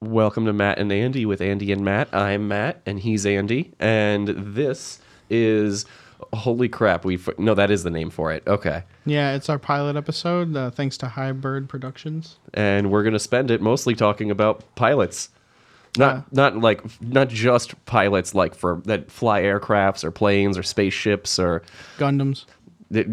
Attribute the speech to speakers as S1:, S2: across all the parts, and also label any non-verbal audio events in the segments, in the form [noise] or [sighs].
S1: Welcome to Matt and Andy with Andy and Matt. I'm Matt and he's Andy, and this is holy crap. We f- no, that is the name for it. Okay,
S2: Yeah, it's our pilot episode, uh, thanks to High Bird Productions.
S1: and we're gonna spend it mostly talking about pilots, not
S2: Yeah.
S1: not like not just pilots like for that fly aircrafts or planes or spaceships or
S2: Gundams.
S1: the-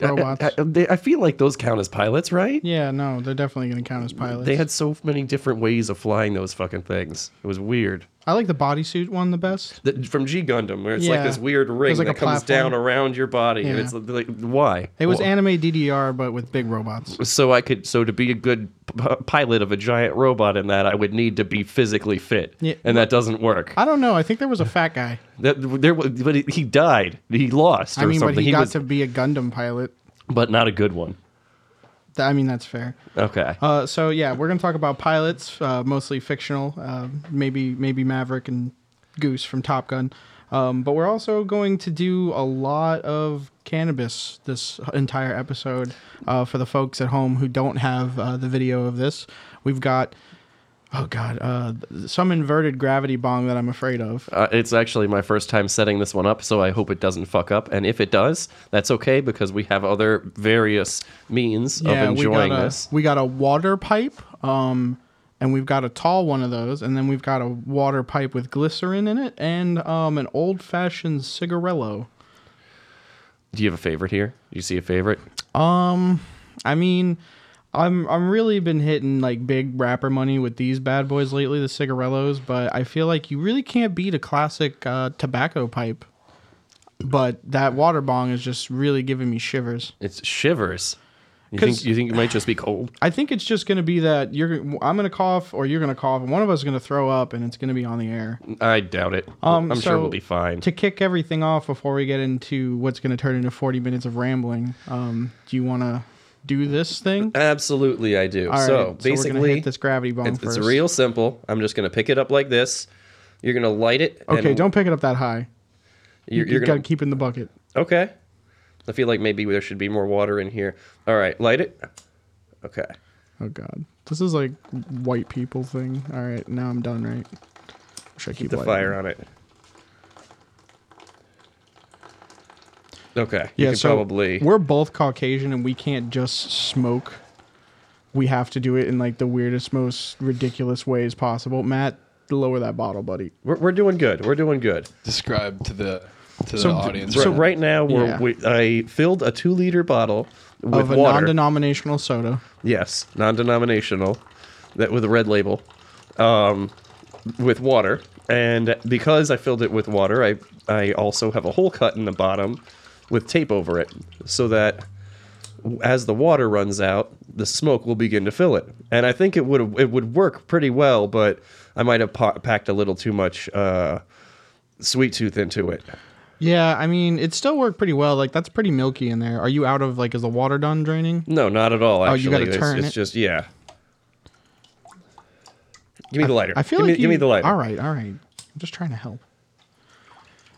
S2: Robots.
S1: I, I- I feel like those count as pilots, right?
S2: Yeah, no, they're definitely going to count as pilots.
S1: They had so many different ways of flying those fucking things. It was weird.
S2: I like the bodysuit one the best.
S1: The, from G Gundam, where it's like
S2: Yeah.
S1: this weird ring
S2: There's like
S1: that
S2: a
S1: comes
S2: platform.
S1: down around your body, and
S2: Yeah.
S1: it's like, why?
S2: It was
S1: Well,
S2: anime DDR, but with big robots.
S1: so I could so to be a good p- pilot of a giant robot in that I would need to be physically fit,
S2: Yeah.
S1: and that doesn't work.
S2: I don't know. I think there was a fat guy.
S1: That there, was- but he- he died. He lost or
S2: I mean,
S1: something.
S2: but he, got
S1: was-
S2: to be a Gundam pilot.
S1: but not a good one.
S2: Th- I mean, that's fair.
S1: Okay.
S2: Uh, so yeah, we're going to talk about pilots, uh, mostly fictional. Uh, maybe maybe Maverick and Goose from Top Gun. Um, but we're also going to do a lot of cannabis this entire episode uh, for the folks at home who don't have uh, the video of this. We've got oh god, uh, th- some inverted gravity bong that I'm afraid of.
S1: Uh, it's actually my first time setting this one up, so I hope it doesn't fuck up. And if it does, that's okay because we have other various means of
S2: we
S1: enjoying
S2: got a,
S1: this.
S2: We got a water pipe, um, and we've got a tall one of those, and then we've got a water pipe with glycerin in it, and um, an old fashioned cigarello.
S1: Do you have a favorite here? Do you see a favorite?
S2: I mean, I'm I'm really been hitting like big rapper money with these bad boys lately, the cigarellos, but I feel like you really can't beat a classic uh, tobacco pipe. But that water bong is just really giving me shivers.
S1: It's shivers. You think
S2: 'Cause-
S1: you think it might just be cold?
S2: I think it's just going to be that you're I'm going to cough or you're going to cough and one of us is going to throw up and it's going to be on the air.
S1: I doubt it.
S2: Um,
S1: I'm sure
S2: so-
S1: we'll be fine.
S2: to kick everything off before we get into what's going to turn into 40 minutes of rambling um, do you want to do this thing
S1: Absolutely, I do.
S2: All
S1: Uh, so
S2: right, we're gonna
S1: basically,
S2: hit this gravity bomb
S1: it's,
S2: first
S1: it's real simple. I'm just gonna pick it up like this. You're gonna light it. and
S2: okay don't pick it up that high
S1: You're,
S2: you
S1: you're
S2: got
S1: gonna
S2: to keep it in the bucket
S1: okay. I feel like maybe there should be more water in here. All right, light it. Okay.
S2: oh god this is like white people thing all right now i'm done right should i keep,
S1: the
S2: lighting?
S1: fire on it. Okay. You
S2: yeah
S1: can
S2: so
S1: probably
S2: we're both caucasian and we can't just smoke we have to do it in like the weirdest most ridiculous ways possible matt lower that bottle buddy
S1: we're, we're doing good. We're doing good.
S3: describe to the to
S2: So
S3: the
S2: d-
S3: audience.
S1: So right now we're
S2: Yeah.
S1: we, I filled a 2 liter bottle with
S2: of a
S1: water.
S2: non-denominational soda
S1: yes, non-denominational that with a red label. Um with water and because I filled it with water, I I also have a hole cut in the bottom with tape over it so that as the water runs out, the smoke will begin to fill it. And I think it would it would work pretty well, but I might have pa- packed a little too much uh, sweet tooth into it.
S2: Yeah, I mean, it still worked pretty well. Like that's pretty milky in there. Are you out of like is the water done draining?
S1: No, not at all.
S2: Oh,
S1: Actually,
S2: you gotta
S1: it's,
S2: turn
S1: it's
S2: it?
S1: just yeah. Give me the lighter.
S2: I feel
S1: give
S2: like
S1: me, give me the lighter.
S2: All right, all right. I'm just trying to help.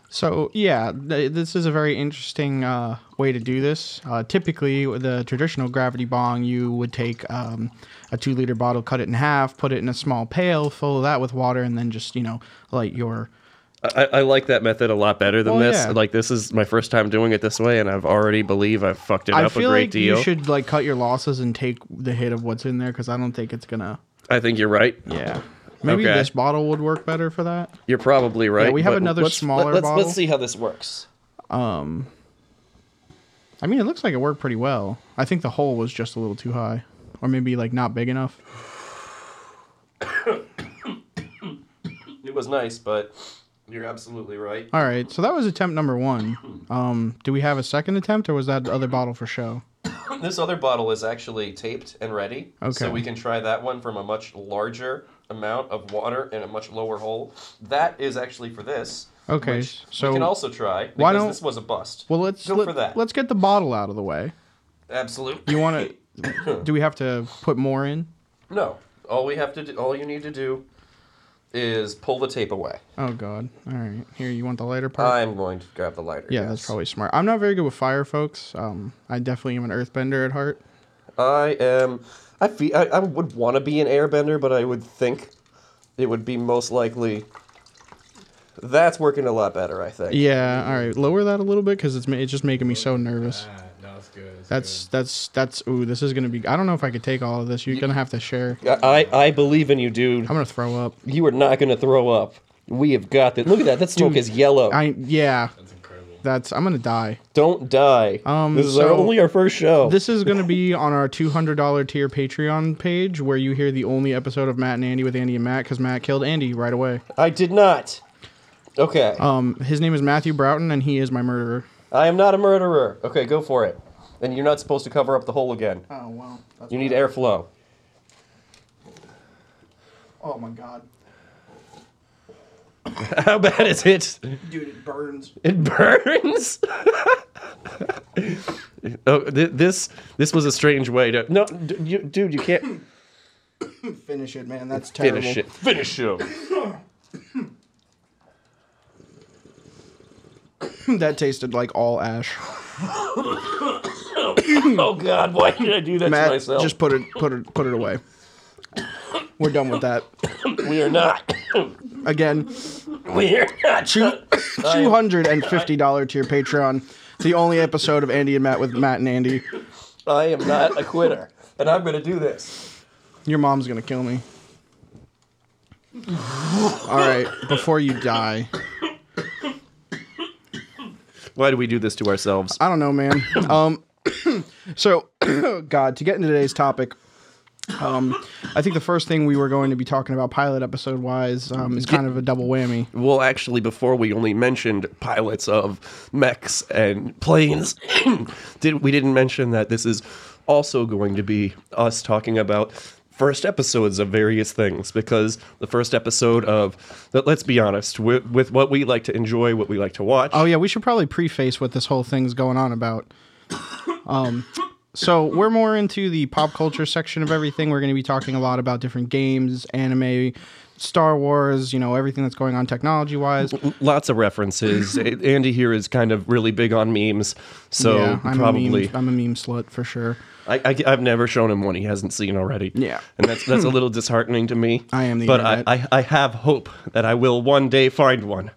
S2: So yeah, th- this is a very interesting uh, way to do this. Uh, typically, with the traditional gravity bong, you would take um, a two-liter bottle, cut it in half, put it in a small pail, fill that with water, and then just you know, light your
S1: I, I like that method a lot better than
S2: Well,
S1: this.
S2: yeah.
S1: Like this is my first time doing it this way, and I've already believe I've fucked it
S2: I
S1: up a
S2: feel
S1: great
S2: like
S1: deal.
S2: you should like cut your losses and take the hit of what's in there because I don't think it's gonna.
S1: I think you're right.
S2: Yeah. Maybe
S1: Okay.
S2: this bottle would work better for that.
S1: You're probably right.
S2: we have
S1: but
S2: another
S1: let's-
S2: smaller
S1: let's,
S2: bottle.
S1: Let's see how this works.
S2: I mean, it looks like it worked pretty well. I think the hole was just a little too high, or maybe like not big enough.
S1: It was nice, but you're absolutely right.
S2: All right, so that was attempt number one. Um, do we have a second attempt, or was that other bottle for show?
S1: This other bottle is actually taped and ready,
S2: Okay.
S1: so we can try that one from a much larger amount of water and a much lower hole. That is actually for this.
S2: Okay,
S1: which
S2: so-
S1: we can also try because
S2: Why don't-
S1: this was a bust.
S2: Well, let's
S1: Go
S2: let,
S1: for that.
S2: us get the bottle out of the way.
S1: Absolutely.
S2: You
S1: [coughs]
S2: want to? do we have to put more in?
S1: No. All we have to do, all you need to do, is pull the tape away.
S2: Oh God! All right, here you want the lighter part?
S1: I'm going to grab the lighter.
S2: yeah, that's probably smart. I'm not very good with fire, folks. Um, I definitely am an earthbender at heart.
S1: I am. I feel. I, I would want to be an airbender, but I would think it would be most likely. That's working a lot better, I think.
S2: Yeah. All right. Lower that a little bit because it's ma- it's just making me so nervous.
S3: Ah, no, it's good. it's
S2: That's that's that's. Ooh, this is gonna be. I don't know if I could take all of this. You're gonna have to share.
S1: I, I I believe in you, dude.
S2: I'm gonna throw up.
S1: You are not going to throw up. We have got this. Look at that. That smoke is yellow.
S2: I yeah.
S3: good. That's incredible.
S2: That's I'm gonna die.
S1: Don't die.
S2: Um,
S1: this is our,
S2: so-
S1: only our first show.
S2: This is going to be on our $200 tier Patreon page where you hear the only episode of Matt and Andy with Andy and Matt because Matt killed Andy right away.
S1: I did not. Okay.
S2: Um, his name is Matthew Broughton and he is my murderer.
S1: I am not a murderer. Okay, go for it. And you're not supposed to cover up the hole again.
S2: Oh, wow. That's
S1: You need airflow.
S2: Oh, my God.
S1: [laughs] How bad is it?
S2: Dude, it burns.
S1: It burns. [laughs] oh, th- this this was a strange way to. No, d- you, dude, you can't [coughs]
S2: Finish it, man. That's terrible.
S1: finish it. Finish him. [coughs]
S2: [laughs] that tasted like all ash.
S1: oh God, why did I do that
S2: Matt,
S1: to myself?
S2: just put it, put it, put it away. We're done with that.
S1: we are [coughs] not.
S2: Again,
S1: we are not.
S2: [coughs] two hundred and fifty dollar tier Patreon. The only episode of Andy and Matt with Matt and Andy.
S1: I am not a quitter, and I'm going to do this.
S2: Your mom's gonna kill me. All right, before you die,
S1: Why do we do this to ourselves?
S2: I don't know, man. Um, [coughs] so, [coughs] God, to get into today's topic, um, I think the first thing we were going to be talking about pilot episode wise um, is kind of a double whammy.
S1: Well, actually, before we only mentioned pilots of mechs and planes, [clears throat] did we didn't mention that this is also going to be us talking about first episodes of various things because the first episode of let- let's be honest with, with what we like to enjoy, what we like to watch.
S2: Oh yeah, we should probably preface what this whole thing's going on about. Um, so we're more into the pop culture section of everything. We're going to be talking a lot about different games, anime, Star Wars, you know, everything that's going on technology wise.
S1: Lots of references. A- Andy here is kind of really big on memes, so
S2: I'm
S1: probably
S2: a meme, I'm a meme slut for sure.
S1: I, I, have never shown him one he hasn't seen already.
S2: Yeah.
S1: and that's that's a
S2: [laughs]
S1: little disheartening to me.
S2: I am the
S1: but I,
S2: internet.
S1: I I have hope that I will one day find one.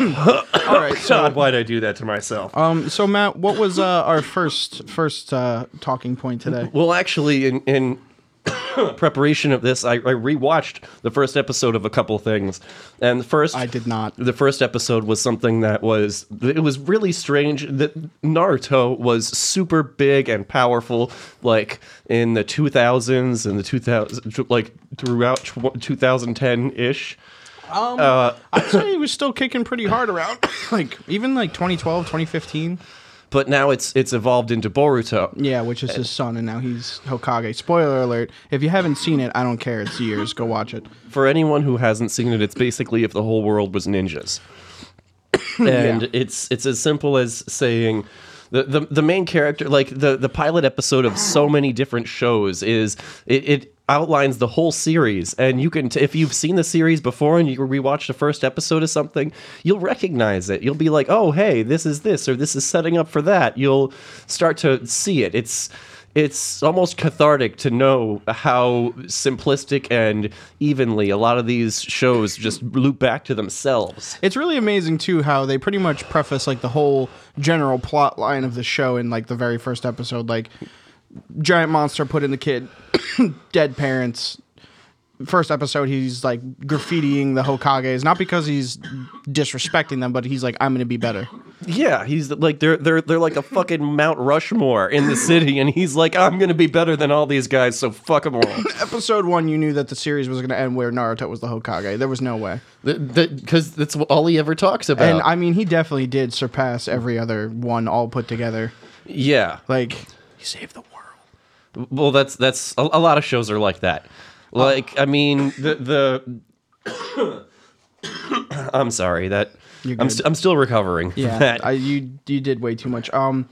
S2: All right, so
S1: God, why'd I do that to myself?
S2: um, so Matt, what was uh, our first first uh, talking
S1: [laughs]
S2: point today?
S1: well, actually, in in [coughs] preparation of this, I, I rewatched the first episode of a couple things, and the first
S2: I did not.
S1: the first episode was something that was it was really strange that naruto was super big and powerful like in the 2000s and the 2000 like throughout 2010-ish
S2: I'd say he was still kicking pretty hard around, [coughs] like even like 2012, 2015.
S1: but now it's it's evolved into boruto
S2: Yeah, which is his son, and now he's Hokage. Spoiler alert: if you haven't seen it, I don't care. It's years. Go watch it.
S1: for anyone who hasn't seen it it's basically if the whole world was ninjas and it's it's as simple as saying the, the, the main character like the, the pilot episode of so many different shows is it, it outlines the whole series and you can t- if you've seen the series before and you rewatch the first episode of something you'll recognize it you'll be like oh hey this is this or this is setting up for that you'll start to see it it's it's almost cathartic to know how simplistic and evenly a lot of these shows just loop back to themselves
S2: It's really amazing too how they pretty much preface like the whole general plot line of the show in like the very first episode, like giant monster put in the kid, [coughs] dead parents. First episode, he's like graffitiing the Hokages, not because he's disrespecting them, but he's like, "I'm gonna be better."
S1: Yeah, he's like they're they're they're like a fucking Mount Rushmore in the city, and he's like, I'm gonna be better than all these guys, so fuck them all.
S2: Episode one, you knew that the series was gonna end where Naruto was the Hokage. There was no way.
S1: Because that's all he ever talks about.
S2: And I mean, he definitely did surpass every other one all put together.
S1: yeah,
S2: Like he saved the world.
S1: well, that's that's a, a lot of shows are like that. Like, I mean, the the. [coughs] I'm sorry that
S2: You're
S1: I'm
S2: good.
S1: st- I'm still recovering. from [laughs]
S2: Yeah,
S1: that.
S2: I, you you did way too much. Um,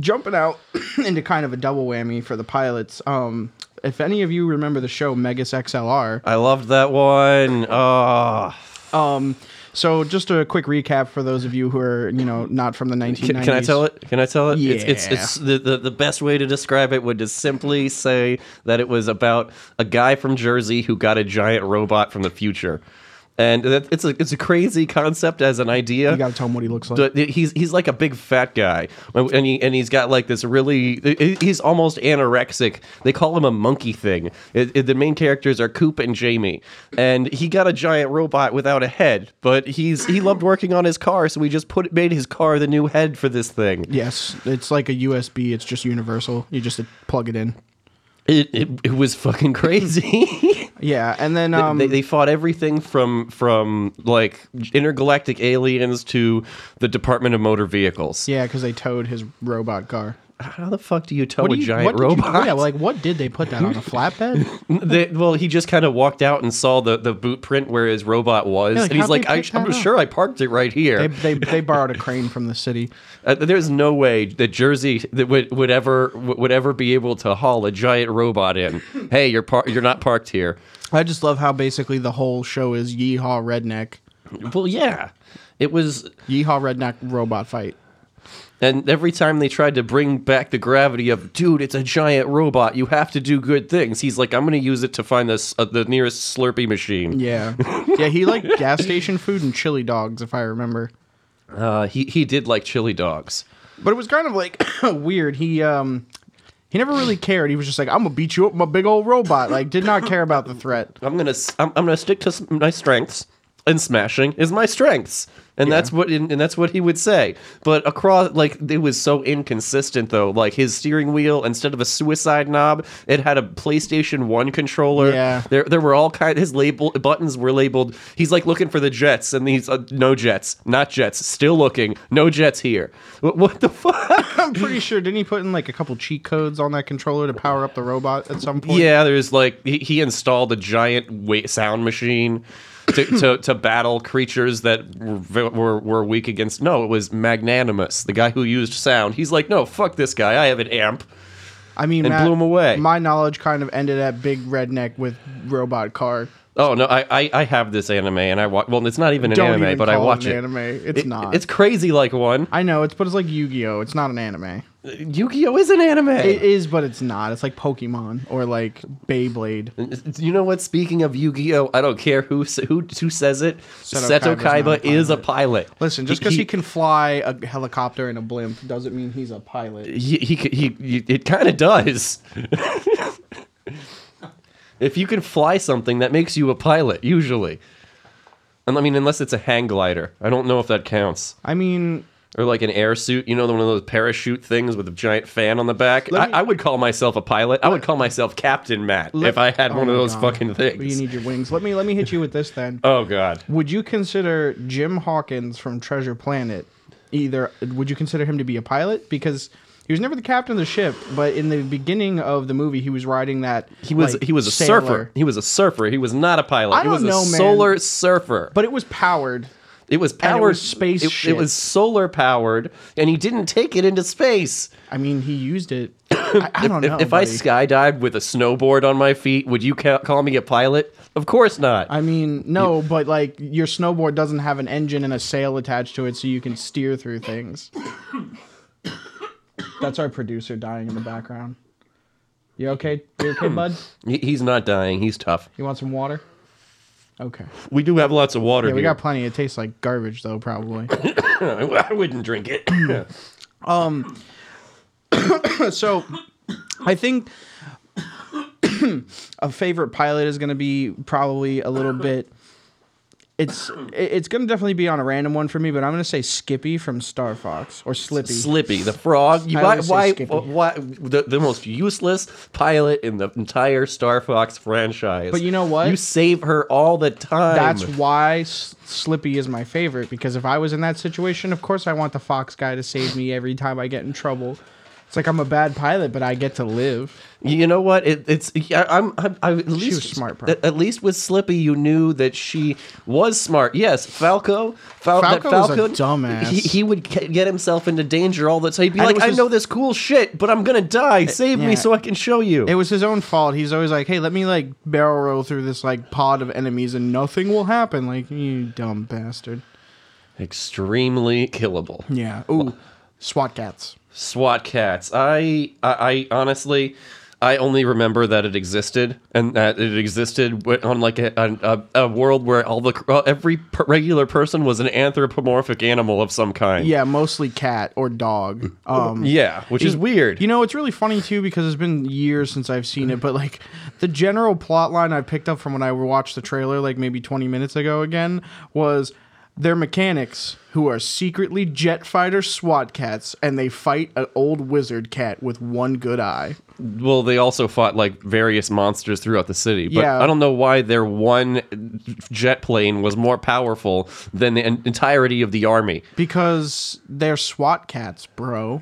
S2: jumping out [clears throat] into kind of a double whammy for the pilots. Um, if any of you remember the show Megas XLR,
S1: I loved that one. Oh,
S2: um, So just a quick recap for those of you who are you know not from the 1990s.
S1: Can, can I tell it? Can I tell it? It's,
S2: Yeah.
S1: it's, it's the, the, the best way to describe it would just simply say that it was about a guy from Jersey who got a giant robot from the future. And that, it's, a, it's a crazy concept as an idea.
S2: You gotta tell him what he looks like.
S1: But he's he's like a big fat guy, and he and he's got like this really. He's almost anorexic. They call him a monkey thing. It, it- the main characters are Coop and Jamie, and he got a giant robot without a head. But he's he loved working on his car, so we just put made his car the new head for this thing.
S2: Yes, it's like a USB. It's just universal. You just plug it in.
S1: It it, it was fucking crazy. [laughs]
S2: Yeah, and then um,
S1: they, they fought everything from from like intergalactic aliens to the Department of Motor Vehicles.
S2: yeah, because they towed his robot car.
S1: How the fuck do you tow
S2: What do
S1: a
S2: you-
S1: giant
S2: what did you-
S1: robot?
S2: yeah, like what did they put that on a flatbed?
S1: They, well, he just kind of walked out and saw the, the boot print where his robot was,
S2: Yeah, like,
S1: and he's
S2: how'd
S1: like,
S2: they
S1: I,
S2: pick
S1: "I'm
S2: that up?"
S1: sure I parked it right here."
S2: They, they they borrowed a crane from the city.
S1: uh, there's no way that Jersey that would would ever would ever be able to haul a giant robot in.
S2: [laughs]
S1: hey, you're par- you're not parked here.
S2: I just love how basically the whole show is yeehaw redneck,
S1: Well, yeah, it was.
S2: yeehaw redneck robot fight.
S1: And every time they tried to bring back the gravity of, dude, it's a giant robot. You have to do good things. He's like, I'm going to use it to find this uh, the nearest Slurpee machine.
S2: Yeah, yeah, he liked gas station food and chili dogs, if I remember.
S1: Uh, he he did like chili dogs.
S2: But it was kind of like [coughs] weird. He um he never really cared. He was just like, I'm gonna beat you up, with my big old robot. Like, did not care about the threat. [laughs]
S1: I'm gonna s- I'm, I'm gonna stick to s- my strengths, and smashing is my strengths, and that's what and, and that's what he would say. But across like it was so inconsistent though. Like his steering wheel instead of a suicide knob, it had a PlayStation One controller.
S2: Yeah.
S1: there there were all kind. His label buttons were labeled. He's like looking for the jets, and these uh, no jets, not jets. Still looking, no jets here. What, what the [laughs] fuck?
S2: I'm pretty sure didn't he put in like a couple cheat codes on that controller to power up the robot at some point?
S1: Yeah, there's like he, he installed a giant wa sound machine to, to, to battle creatures that were, ve- were were weak against. No, it was Magnanimous, the guy who used sound. He's like, no, fuck this guy. I have an amp.
S2: I mean,
S1: And
S2: Matt,
S1: blew him away.
S2: My knowledge kind of ended at big redneck with robot car.
S1: Oh no, I I, I have this anime and I watch. Well, it's not even an
S2: Don't
S1: anime,
S2: even
S1: but I
S2: call
S1: watch
S2: it
S1: it.
S2: an anime. It's
S1: It-
S2: not.
S1: It's crazy like one.
S2: I know it's, but it's like Yu-Gi-Oh. It's not an anime.
S1: Yu-Gi-Oh is an anime.
S2: It is, but it's not. It's like Pokemon or like Beyblade.
S1: you know what? Speaking of Yu-Gi-Oh, I don't care who s- who who says it.
S2: Seto
S1: Seto
S2: Kaiba's not
S1: Kaiba
S2: a
S1: is a pilot.
S2: Listen, just because he, can fly a helicopter and a blimp doesn't mean he's a pilot.
S1: he, he, he, he it kind of
S2: [laughs]
S1: does. if you can fly something, that makes you a pilot, usually. And I mean, unless it's a hang glider. I don't know if that counts.
S2: I mean,
S1: Or like an air suit, you know, one of those parachute things with a giant fan on the back.
S2: Let me-
S1: I, I would call myself a pilot. I would call myself Captain Matt
S2: let-
S1: if I had
S2: oh
S1: one
S2: my
S1: of those
S2: God.
S1: fucking things.
S2: You need your wings. Let me let me hit you with this then.
S1: oh, God.
S2: Would you consider Jim Hawkins from Treasure Planet either would you consider him to be a pilot because he was never the captain of the ship, but in the beginning of the movie he was riding that
S1: He was
S2: like,
S1: he was a
S2: sailor.
S1: surfer. He was a surfer. He was not a pilot.
S2: I
S1: he was
S2: don't know,
S1: a
S2: man.
S1: solar surfer.
S2: But it was powered.
S1: It was
S2: And it
S1: powered
S2: was space
S1: It, it
S2: shit.
S1: was solar powered, and he didn't take it into space.
S2: I mean, he used it. [coughs] I, I don't know.
S1: if
S2: buddy.
S1: I skydived with a snowboard on my feet, would you ca- call me a pilot? Of course not.
S2: I mean, no, but like your snowboard doesn't have an engine and a sail attached to it, so you can steer through things. [coughs] That's our producer dying in the background. You okay? You okay, [coughs] bud?
S1: He- he's not dying. He's tough.
S2: You want some water? Okay.
S1: We do have lots of water
S2: Yeah, we
S1: here.
S2: got plenty. It tastes like garbage, though, probably.
S1: [laughs] I wouldn't drink
S2: [clears throat]
S1: it.
S2: [coughs] so, I think [coughs] a favorite pilot is going to be probably a little bit. It's it- it's going to definitely be on a random one for me, but I'm going to say Skippy from Star Fox or Slippy.
S1: Slippy the frog. You,
S2: I
S1: why?
S2: would say
S1: Why?
S2: Skippy.
S1: why the, the most useless pilot in the entire Star Fox franchise.
S2: But you know what?
S1: You save her all the time.
S2: That's why S- Slippy is my favorite because if I was in that situation, of course I want the Fox guy to save me every time I get in trouble. It's like I'm a bad pilot, but I get to live.
S1: You know what? It, it's yeah, I'm, I'm I, at least
S2: was smart, bro.
S1: At, at least with Slippy, you knew that she was smart. Yes, Falco. Fal- that
S2: Falco was a dumbass.
S1: He, he would ca- get himself into danger all the time. He'd be
S2: And it
S1: like,
S2: was
S1: "I
S2: his-
S1: know this cool shit, but I'm gonna die. Save me
S2: yeah.
S1: so I can show you."
S2: It was his own fault. He's always like, "Hey, let me like barrel roll through this like pod of enemies and nothing will happen." Like you dumb bastard.
S1: Extremely killable.
S2: Yeah. Ooh, SWAT cats.
S1: SWAT cats. I, I, I honestly, I only remember that it existed and that it existed wi- on like a, a, a a world where all the cr- uh, every per- regular person was an anthropomorphic animal of some kind.
S2: Yeah, mostly cat
S1: [laughs]
S2: or dog. Um,
S1: Yeah, which is weird.
S2: You know, it's really funny too because it's been years since I've seen it, but like the general plot line I picked up from when I watched the trailer, like maybe 20 minutes ago again, was they're mechanics who are secretly jet fighter SWAT cats and they fight an old wizard cat with one good eye.
S1: well, they also fought like various monsters throughout the city, but
S2: Yeah.
S1: I don't know why their one jet plane was more powerful than the en- entirety of the army.
S2: Because they're SWAT cats, bro.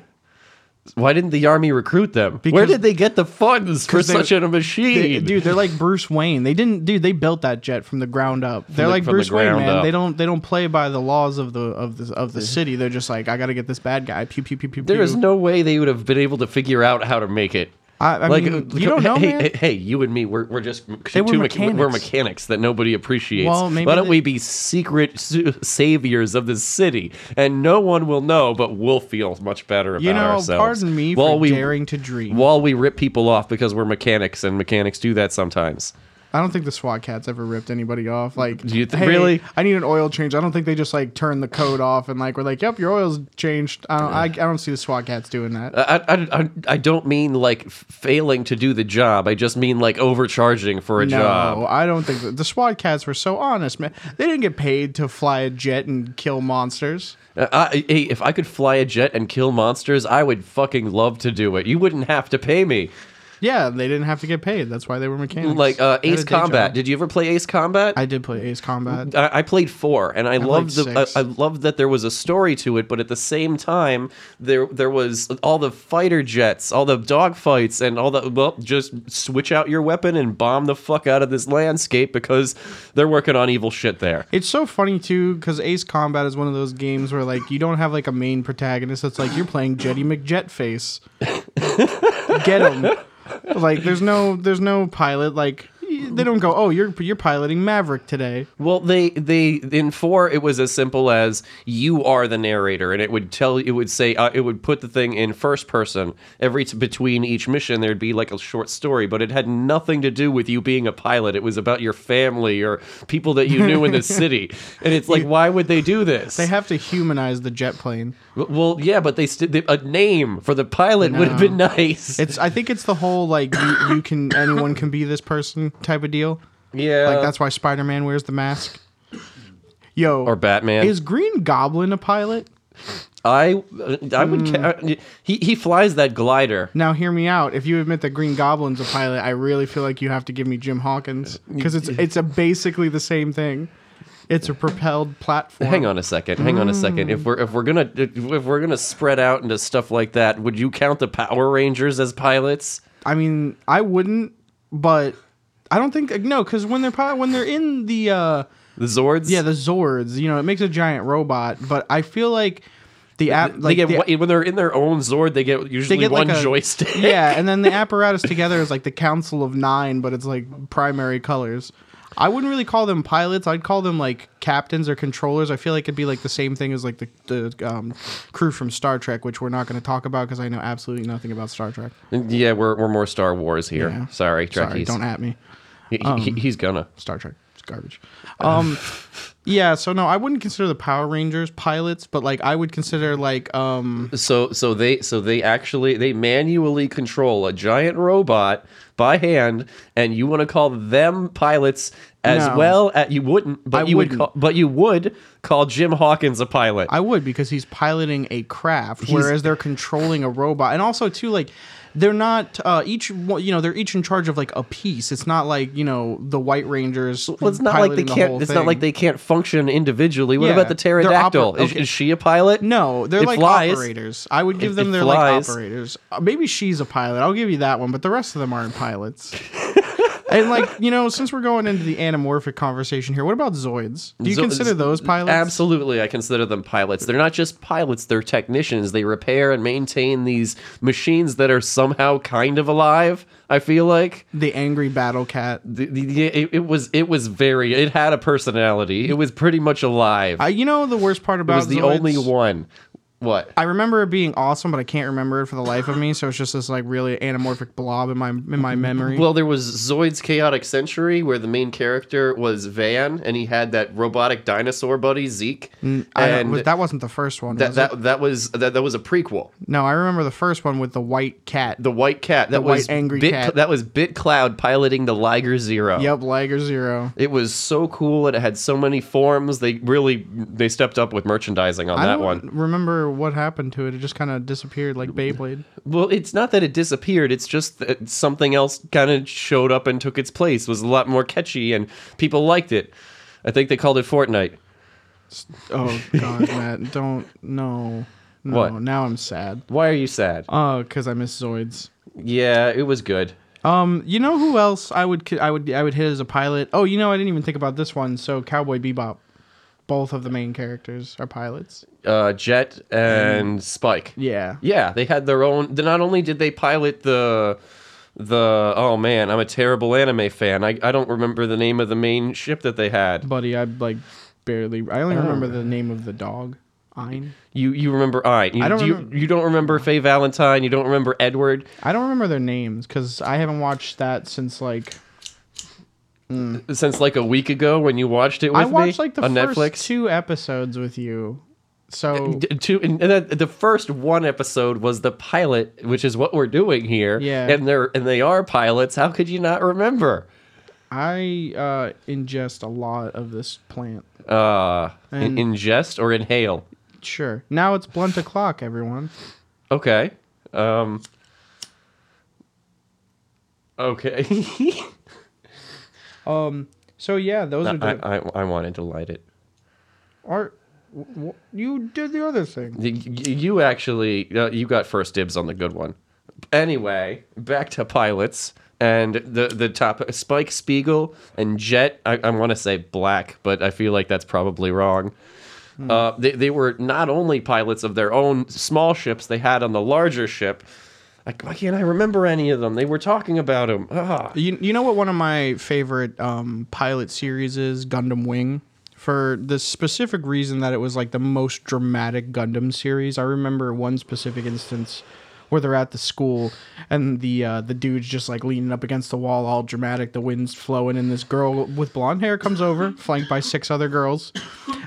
S1: Why didn't the army recruit them? Where
S2: Because-
S1: did they get the funds for
S2: 'cause they-
S1: such a machine?
S2: They- dude, they're like Bruce Wayne. They didn't, dude. They built that jet from the ground up. They're
S1: the-
S2: like
S1: from the
S2: Bruce Wayne,
S1: ground
S2: man.
S1: up.
S2: They don't, they don't play by the laws of the of the of the city. They're just like, I gotta get this bad guy. Pew pew pew pew.
S1: There is
S2: pew.
S1: no way they would have been able to figure out how to make it.
S2: I- I mean, you don't
S1: hey,
S2: know,
S1: [laughs] hey,
S2: man.
S1: Hey, hey, you and me, we're, we're just
S2: They were
S1: two mecha- we're
S2: mechanics.
S1: mechanics that nobody appreciates.
S2: Well, maybe
S1: Why don't
S2: they-
S1: we be secret su- saviors of the city, and no one will know, but we'll feel much better about
S2: You know,
S1: ourselves.
S2: pardon me
S1: while
S2: for
S1: we,
S2: daring to dream.
S1: While we rip people off because we're mechanics, and mechanics do that sometimes.
S2: I don't think the SWAT cats ever ripped anybody off. Like,
S1: Do you th-
S2: hey,
S1: really?
S2: I need an oil change. I don't think they just like turn the code off and like we're like, yep, your oil's changed. I don't, I, I don't see the SWAT cats doing that.
S1: I, I, I, I don't mean like f- failing to do the job. I just mean like overcharging for a
S2: no,
S1: job.
S2: I don't think that. the SWAT cats were so honest, man. They didn't get paid to fly a jet and kill monsters.
S1: Uh, I, hey, if I could fly a jet and kill monsters, I would fucking love to do it. You wouldn't have to pay me.
S2: Yeah, they didn't have to get paid. That's why they were mechanics.
S1: Like uh,
S2: They had
S1: Ace
S2: a day job.
S1: Combat. Did you ever play Ace Combat?
S2: I did play Ace Combat.
S1: I, I played four, and I, loved
S2: liked
S1: the I,
S2: six.
S1: I loved that there was a story to it, but at the same time, there there was all the fighter jets, all the dogfights, and all the well, just switch out your weapon and bomb the fuck out of this landscape because they're working on evil shit there.
S2: It's so funny too because Ace Combat is one of those games where like you don't have like a main protagonist. It's like you're playing Jetty McJetface.
S1: [laughs]
S2: Get him. Like there's no there's no pilot. Like y- they don't go. Oh, you're you're piloting Maverick today.
S1: Well, they they in four it was as simple as you are the narrator, and it would tell it would say uh, it would put the thing in first person. Every t- between each mission, there'd be like a short story, but it had nothing to do with you being a pilot. It was about your family or people that you knew in
S2: [laughs]
S1: the city, and it's like why would they do this?
S2: They have to humanize the jet plane.
S1: W- well, yeah, but they, st- they a name for the pilot would have been nice.
S2: It's I think it's the whole like you, you can anyone can be this person type of deal.
S1: yeah,
S2: Like that's why Spider Man wears the mask. Yo,
S1: or Batman.
S2: is Green Goblin a pilot?
S1: I uh, I would
S2: Hmm.
S1: ca- he he flies that glider.
S2: Now, hear me out. If you admit that Green Goblin's a pilot, I really feel like you have to give me Jim Hawkins because it's it's a basically the same thing. It's a propelled platform.
S1: Hang on a second. Hang on a second.
S2: Mm.
S1: If we're if we're gonna if we're gonna spread out into stuff like that, would you count the Power Rangers as pilots?
S2: I mean, I wouldn't, but I don't think no, because when they're pi- when they're in the uh,
S1: The Zords?
S2: yeah the Zords, you know, it makes a giant robot. But I feel like the app
S1: they
S2: like
S1: get
S2: the-
S1: one- when they're in their own Zord, they get usually
S2: get
S1: one
S2: like a-
S1: joystick. [laughs]
S2: [laughs] yeah, and then the apparatus together is like the Council of Nine, but it's like primary colors. I wouldn't really call them pilots. I'd call them like captains or controllers. I feel like it'd be like the same thing as like the the um, crew from Star Trek, which we're not going to talk about because I know absolutely nothing about Star Trek.
S1: Yeah, we're, we're more Star Wars here.
S2: Yeah.
S1: Sorry,
S2: Sorry,
S1: Trekkies.
S2: don't um. at me.
S1: He- he- he's gonna.
S2: Star Trek. It's garbage. Um, [laughs] yeah. So no, I wouldn't consider the Power Rangers pilots, but like I would consider like um,
S1: So so they so they actually they manually control a giant robot by hand, and you want to call them pilots as
S2: No.
S1: well? At, you wouldn't, but
S2: I
S1: you would
S2: wouldn't.
S1: call, but you would call Jim Hawkins a pilot.
S2: I would because he's piloting a craft, whereas they're controlling a robot. And also too, like they're not uh, each one- you know they're each in charge of like a piece. It's not like you know the White Rangers.
S1: Well, it's not like they
S2: piloting the
S1: can't.
S2: whole
S1: it's not like
S2: thing.
S1: they can't function individually. What
S2: Yeah,
S1: about the
S2: they're oper-
S1: pterodactyl? is,
S2: okay.
S1: is she a pilot?
S2: No, they're
S1: It
S2: like
S1: flies.
S2: operators. I would give
S1: It-
S2: them
S1: it
S2: they're
S1: flies.
S2: like operators. Uh, Maybe she's a pilot. I'll give you that one, but the rest of them
S1: [laughs]
S2: aren't pilots. and like you know, since we're going into the anamorphic conversation here, what about zoids? Do you
S1: Zo-
S2: consider those pilots?
S1: Absolutely, I consider them pilots. They're not just pilots; they're technicians. They repair and maintain these machines that are somehow kind of alive. I feel like
S2: The angry battle cat.
S1: the, the, the- it, it was it was very it had a personality. It was pretty much alive.
S2: I, you know the worst part
S1: it
S2: about
S1: was the
S2: Zoids?
S1: only one. What?
S2: I remember it being awesome, but I can't remember it for the life of me. So it's just this like really anamorphic blob in my in my memory.
S1: Well, there was Zoid's Chaotic Century, where the main character was Van, and he had that robotic dinosaur buddy Zeke.
S2: Mm, I don't-
S1: and
S2: was- that wasn't the first one.
S1: that
S2: was it?
S1: that, that was that, that was a prequel.
S2: no, I remember the first one with the white cat.
S1: The White Cat. That
S2: White
S1: was
S2: Angry
S1: Bit,
S2: Cat.
S1: That was Bit Cloud piloting the Liger Zero.
S2: yep, Liger Zero.
S1: It was so cool, and it had so many forms. They really they stepped up with merchandising on
S2: I
S1: that
S2: don't
S1: one.
S2: remember what happened to it. It just kind of disappeared
S1: [laughs]
S2: like Beyblade.
S1: Well, it's not that it disappeared. It's just that something else kind of showed up and took its place. Was a lot more catchy, and people liked it. I think they called it Fortnite.
S2: Oh [laughs] God, Matt, don't no, no.
S1: What?
S2: Now I'm sad.
S1: Why are you sad?
S2: Oh, because I miss Zoids.
S1: Yeah, it was good.
S2: Um, you know who else I would ki- I would I would hit as a pilot? Oh, you know I didn't even think about this one. So Cowboy Bebop, both of the main characters are pilots.
S1: Uh, Jet and Spike.
S2: Yeah.
S1: Yeah, they had their own. Not only did they pilot the the oh man, I'm a terrible anime fan. I, I don't remember the name of the main ship that they had.
S2: buddy, I like barely. I only remember the name of the dog. Ein.
S1: You you remember I? You,
S2: I don't
S1: do you,
S2: remember-
S1: you don't remember Faye Valentine. You don't remember Edward.
S2: I don't remember their names because I haven't watched that since like
S1: Since like a week ago when you watched it with
S2: I watched
S1: me
S2: like the
S1: on
S2: first
S1: Netflix.
S2: two episodes with you. So
S1: D- Two, and and then the first one episode was the pilot, which is what we're doing here.
S2: Yeah.
S1: and they're and they are pilots. How could you not remember?
S2: I uh, ingest a lot of this plant.
S1: Uh, in-
S2: And-
S1: ingest or inhale.
S2: Sure. Now it's blunt o'clock, everyone.
S1: Okay. Um. Okay. [laughs]
S2: Um. So yeah, those
S1: I,
S2: are the
S1: I, I wanted to light it.
S2: are. W- w- you did the other thing.
S1: Y- y- You actually, uh, you got first dibs on the good one. Anyway, back to pilots and the the top Spike Spiegel and Jet. I, I want to say Black, but I feel like that's probably wrong. Uh, they they were not only pilots of their own small ships they had on the larger ship. Like, why can't I remember any of them? They were talking about them. Ah.
S2: You you know what one of my favorite um pilot series is Gundam Wing. For the specific reason that it was like the most dramatic Gundam series, I remember one specific instance where they're at the school and the uh, the dude's just like leaning up against the wall, all dramatic. The wind's flowing, and this girl with blonde hair comes over, flanked by six other girls,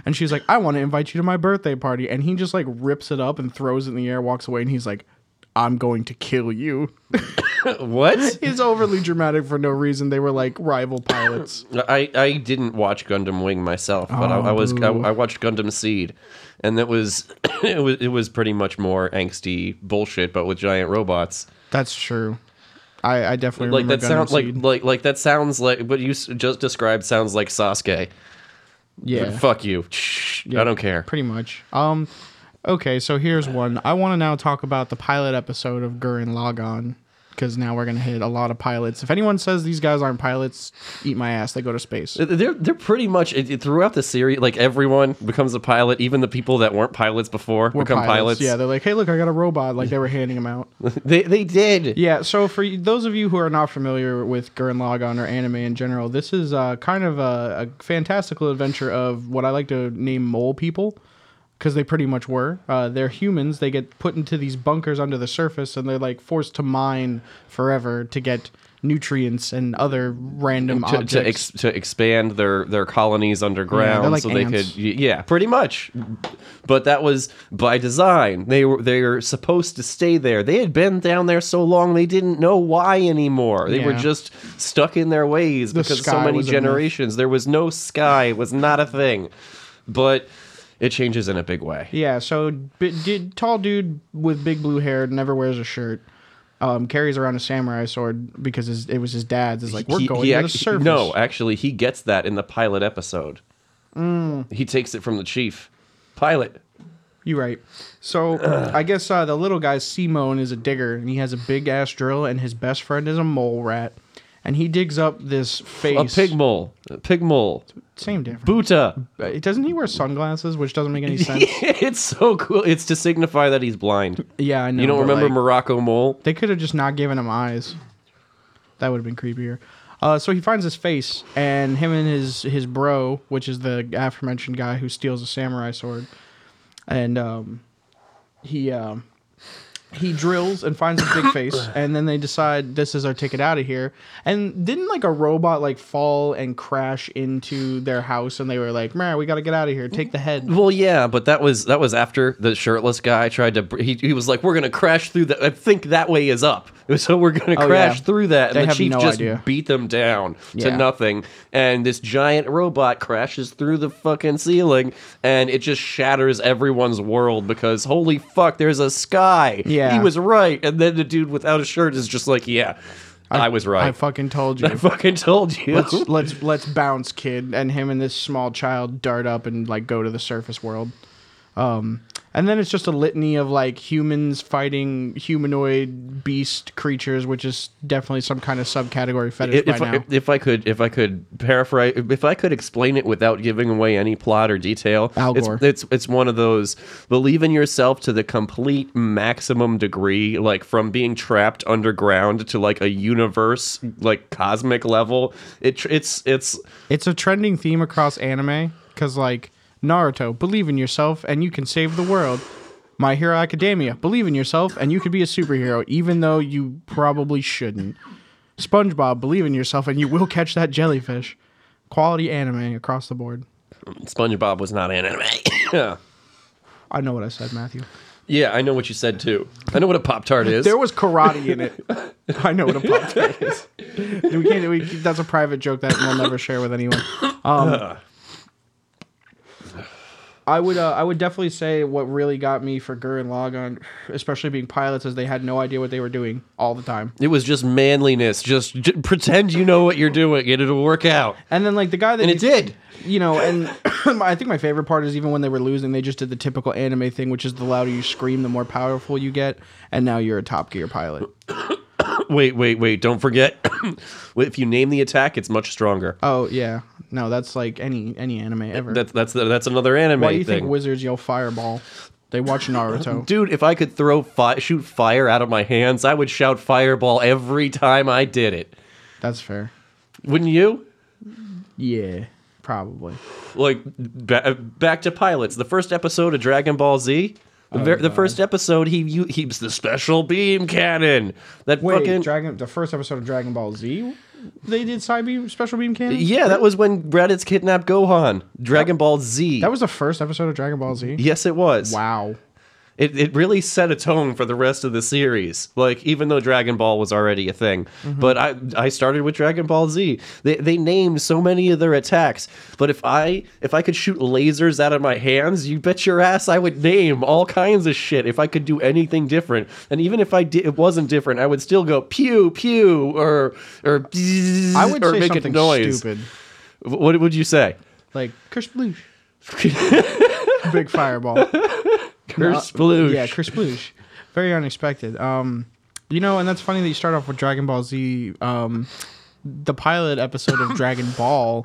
S2: and she's like, "I want to invite you to my birthday party," and he just like rips it up and throws it in the air, walks away, and he's like, "I'm going to kill you."
S1: What?
S2: It's overly dramatic for no reason. They were like rival pilots.
S1: I, I didn't watch Gundam Wing myself, but I, I was I,
S2: Oh, boo.
S1: I watched Gundam Seed, and that was [clears throat] it was it was pretty much more angsty bullshit, but with giant robots.
S2: [coughs] That's true. I, I definitely
S1: Like
S2: remember
S1: that sounds
S2: Gundam
S1: like
S2: Seed.
S1: like like that sounds like what you s- just described sounds like Sasuke.
S2: yeah,
S1: Fuck you. Shh, I don't care.
S2: pretty much. Um, okay, so here's one. I want to now talk about the pilot episode of Gurren Lagann because now we're gonna hit a lot of pilots. If anyone says these guys aren't pilots, eat my ass. They go to space.
S1: They're they're pretty much it, it- throughout the series. Like everyone becomes a pilot, even the people that weren't pilots before
S2: We're
S1: become pilots.
S2: Yeah, they're like, hey, look, I got a robot. Like they were handing him out.
S1: [laughs] they they did.
S2: Yeah, so for you- those of you who are not familiar with Gurren Lagann or anime in general, this is uh, kind of a, a fantastical adventure of what I like to name mole people, because they pretty much were. Uh, they're humans. They get put into these bunkers under the surface, and they're like forced to mine forever to get nutrients and other random
S1: to
S2: objects.
S1: to, ex- to expand their their colonies underground
S2: Yeah, they're
S1: so
S2: like
S1: they
S2: ants.
S1: could y- yeah pretty much but that was by design they were they were supposed to stay there they had been down there so long they didn't know why anymore they were
S2: Yeah.
S1: just stuck in their ways
S2: The
S1: because so
S2: sky
S1: many
S2: was a myth.
S1: generations there was no sky it was not a thing but it changes in a big way
S2: Yeah, so b- d- tall dude with big blue hair never wears a shirt. um, carries around a samurai sword because his, it was his dad's. It's like we're
S1: He-
S2: going
S1: he
S2: to the
S1: act-
S2: surface.
S1: No, actually, he gets that in the pilot episode.
S2: Mm.
S1: He takes it from the chief. Pilot.
S2: you're right. So I guess uh, the little guy Simone is a digger, and he has a big ass drill, and his best friend is a mole rat, and he digs up this
S1: A
S2: face.
S1: pig mole. A pig mole.
S2: Same difference.
S1: Buta.
S2: Uh, Doesn't he wear sunglasses, which doesn't
S1: [laughs]
S2: make any sense?
S1: it's so cool. It's to signify that he's blind.
S2: yeah, I know.
S1: You don't
S2: but,
S1: remember
S2: like,
S1: Morocco mole?
S2: They could have just not given him eyes. That would have been creepier. Uh, so he finds his face, and him and his his bro, which is the aforementioned guy who steals a samurai sword, and um, he um, he drills and finds his big face, and then they decide this is our ticket out of here. And didn't like a robot like fall and crash into their house, and they were like, "Man, we got to get out of here. Take the head."
S1: Well, yeah, but that was that was after the shirtless guy tried to. br- He, he was like, "We're gonna crash through that. I think that way is up, [laughs] so we're gonna
S2: Oh, yeah.
S1: crash through that." And
S2: They
S1: the
S2: have
S1: chief
S2: no
S1: just
S2: idea.
S1: beat them down
S2: Yeah.
S1: to nothing, and this giant robot crashes through the fucking ceiling, and it just shatters everyone's world because holy fuck, there's a sky.
S2: Yeah.
S1: he was right, and then the dude without a shirt is just like, "Yeah, I, was right.
S2: I fucking told you.
S1: [laughs] I fucking told you."
S2: let's let's let's bounce, kid. And him and this small child dart up and like go to the surface world. Um, and then it's just a litany of like humans fighting humanoid beast creatures, which is definitely some kind of subcategory fetish
S1: if,
S2: by
S1: if
S2: now.
S1: I, if I could, if I could paraphrase, if I could explain it without giving away any plot or detail,
S2: Al
S1: it's,
S2: Gore.
S1: it's it's one of those believe in yourself to the complete maximum degree, like from being trapped underground to like a universe, like cosmic level. It tr- it's it's
S2: it's a trending theme across anime because like Naruto, believe in yourself and you can save the world. My Hero Academia, believe in yourself and you could be a superhero, even though you probably shouldn't. SpongeBob, believe in yourself and you will catch that jellyfish. Quality anime across the board.
S1: SpongeBob was not anime. [coughs] yeah.
S2: I know what I said, Matthew.
S1: yeah, I know what you said too. I know what a pop tart is.
S2: There was karate in it. [laughs] I know what a pop tart is. We can't, we, that's a private joke that we'll never share with anyone. Um, I would uh, I would definitely say what really got me for Gur and Logon, especially being pilots, is they had no idea what they were doing all the time.
S1: it was just manliness. Just, j pretend you know what you're doing, and it'll work out.
S2: And then like the guy that
S1: And it
S2: you-
S1: did.
S2: you know, and [coughs] I think my favorite part is even when they were losing, they just did the typical anime thing, which is the louder you scream, the more powerful you get, and now you're a Top Gear pilot.
S1: Wait, wait, wait! Don't forget, [coughs] if you name the attack, it's much stronger.
S2: Oh yeah, no, that's like any any anime ever.
S1: That's that's that's another anime
S2: Why do you
S1: thing.
S2: think wizards yell fireball? They watch Naruto.
S1: [laughs] Dude, if I could throw fi- shoot fire out of my hands, I would shout fireball every time I did it.
S2: That's fair.
S1: Wouldn't you?
S2: Yeah, probably.
S1: Like ba- back to pilots, the first episode of Dragon Ball Z. The,
S2: Oh,
S1: ver- the first episode, he u- he was the special beam cannon. That
S2: Wait,
S1: fucking
S2: Dragon. The first episode of Dragon Ball Z, they did side beam special beam cannon.
S1: yeah, that was when Raditz kidnapped Gohan. Dragon Ball Z.
S2: that was the first episode of Dragon Ball Z.
S1: yes, it was.
S2: Wow.
S1: it, it really set a tone for the rest of the series. Like even though Dragon Ball was already a thing,
S2: Mm-hmm.
S1: but I I started with Dragon Ball Z. They they named so many of their attacks. But if I if I could shoot lasers out of my hands, you bet your ass I would name all kinds of shit if I could do anything different. And even if I did, it wasn't different, I would still go pew pew or or bzzz,
S2: I would
S1: or
S2: say
S1: make
S2: something
S1: a noise.
S2: stupid,
S1: Wh- What would you say? [laughs]
S2: like Chris Bloosh. Big fireball.
S1: Curse blue.
S2: Yeah, Chris Bloosh. Very unexpected. Um, you know, and that's funny that you start off with Dragon Ball Z. Um, the pilot episode
S1: [coughs]
S2: of Dragon Ball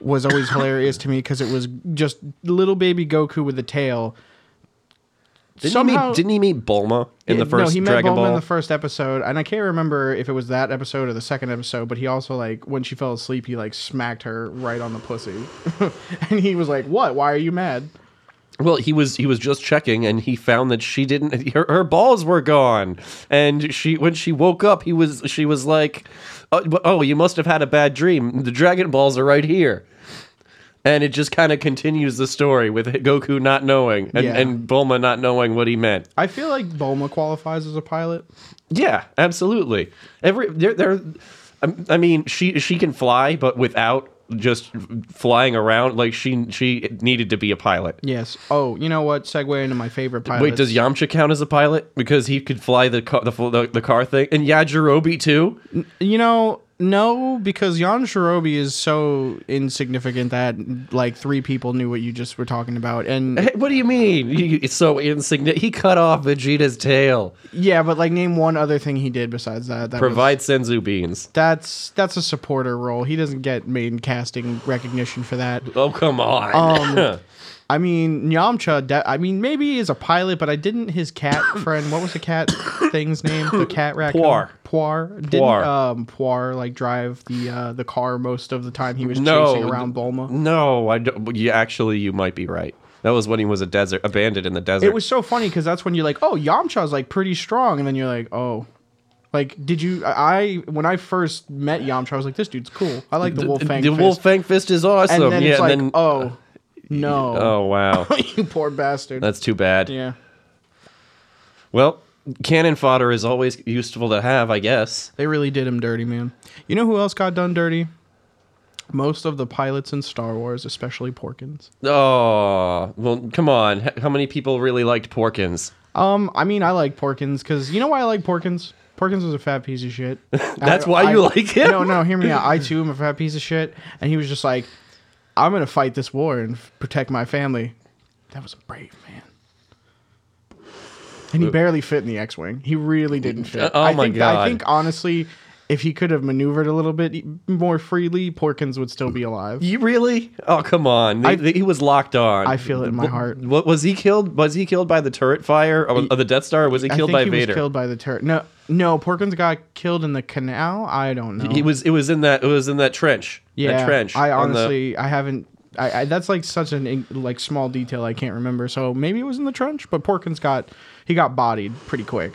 S2: was always hilarious to me because it was just little baby Goku with a tail.
S1: didn't, he
S2: somehow-
S1: meet, didn't he meet Bulma in the
S2: Yeah,
S1: first
S2: no, he met
S1: Dragon
S2: Bulma
S1: Ball?
S2: in the first episode, and I can't remember if it was that episode or the second episode. But he also like when she fell asleep, he like smacked her right on the pussy, [laughs] and he was like, "What? Why are you mad?"
S1: Well, he was he was just checking, and he found that she didn't. [laughs] Her, her balls were gone, and she when she woke up, he was she was like, oh, but- "Oh, you must have had a bad dream. The Dragon Balls are right here." And it just kind of continues the story with Goku not knowing and,
S2: Yeah.
S1: and Bulma not knowing what he meant.
S2: I feel like Bulma qualifies as a pilot.
S1: Yeah, um, absolutely. Every there, there. I mean, she she can fly, but without just flying around like she she needed to be a pilot.
S2: Yes. Oh, you know what? Segue into my favorite pilot.
S1: Wait, does Yamcha count as a pilot because he could fly the car, the, the, the car thing, and Yajirobe too?
S2: You know, no, because Yan Shirobi is so insignificant that like three people knew what you just were talking about, and
S1: Hey, What do you mean? He- It's so insignificant. He cut off Vegeta's tail.
S2: yeah, but like name one other thing he did besides that. that was-
S1: Provide Senzu beans.
S2: that's that's a supporter role. He doesn't get main casting recognition for that.
S1: Oh come on.
S2: Um, I mean, Yamcha. De- I mean, maybe he is a pilot, but I didn't.
S1: [coughs]
S2: His cat friend. What was the cat thing's name? The cat raccoon.
S1: Puar.
S2: Poir. Didn't
S1: Puar.
S2: um Poir like drive the uh, the car most of the time he was
S1: No,
S2: chasing around Bulma.
S1: [laughs] no, I don't. You actually, you might be right. That was when he was a desert abandoned in the desert.
S2: It was so funny because that's when you're like, oh, Yamcha's like pretty strong, and then you're like, oh. Like, did you? I when I first met Yamcha, I was like, "This dude's cool. I like the Wolf Fang."
S1: The
S2: fist."
S1: Wolf Fang Fist is awesome.
S2: and then
S1: yeah,
S2: it's
S1: and
S2: like,
S1: then- uh,
S2: "Oh, no,
S1: oh wow,
S2: [laughs] you poor bastard."
S1: that's too bad.
S2: yeah.
S1: Well, cannon fodder is always useful to have, I guess.
S2: They really did him dirty, man. You know who else got done dirty? Most of the pilots in Star Wars, especially Porkins.
S1: Oh well, come on. H- How many people really liked Porkins?
S2: Um, I mean, I like Porkins because you know why I like Porkins. Porkins was a fat piece of shit.
S1: [laughs] That's why you like him?
S2: No, no, hear me out. I too am a fat piece of shit, and he was just like, "I'm gonna fight this war and f- protect my family." That was a brave man. And he barely fit in the X-wing. He really didn't fit.
S1: Uh, oh
S2: I
S1: my
S2: think, I
S1: God.
S2: think honestly, if he could have maneuvered a little bit e- more freely, Porkins would still be alive.
S1: You really? Oh come on. They-
S2: I-
S1: they- he was locked on.
S2: I feel it in my
S1: Wh-
S2: heart.
S1: What was he killed? Was he killed by the turret fire of, of the Death Star? Or was he
S2: I
S1: killed
S2: think
S1: by
S2: he
S1: Vader?
S2: was killed by the turret. No, no, Porkins got killed in the canal. I don't know.
S1: He was. It was in that. It was in that trench.
S2: yeah,
S1: That trench.
S2: I
S1: on the-
S2: honestly, I haven't. I, I that's like such an in- like small detail I can't remember. So maybe it was in the trench, but Porkins got he got bodied pretty quick.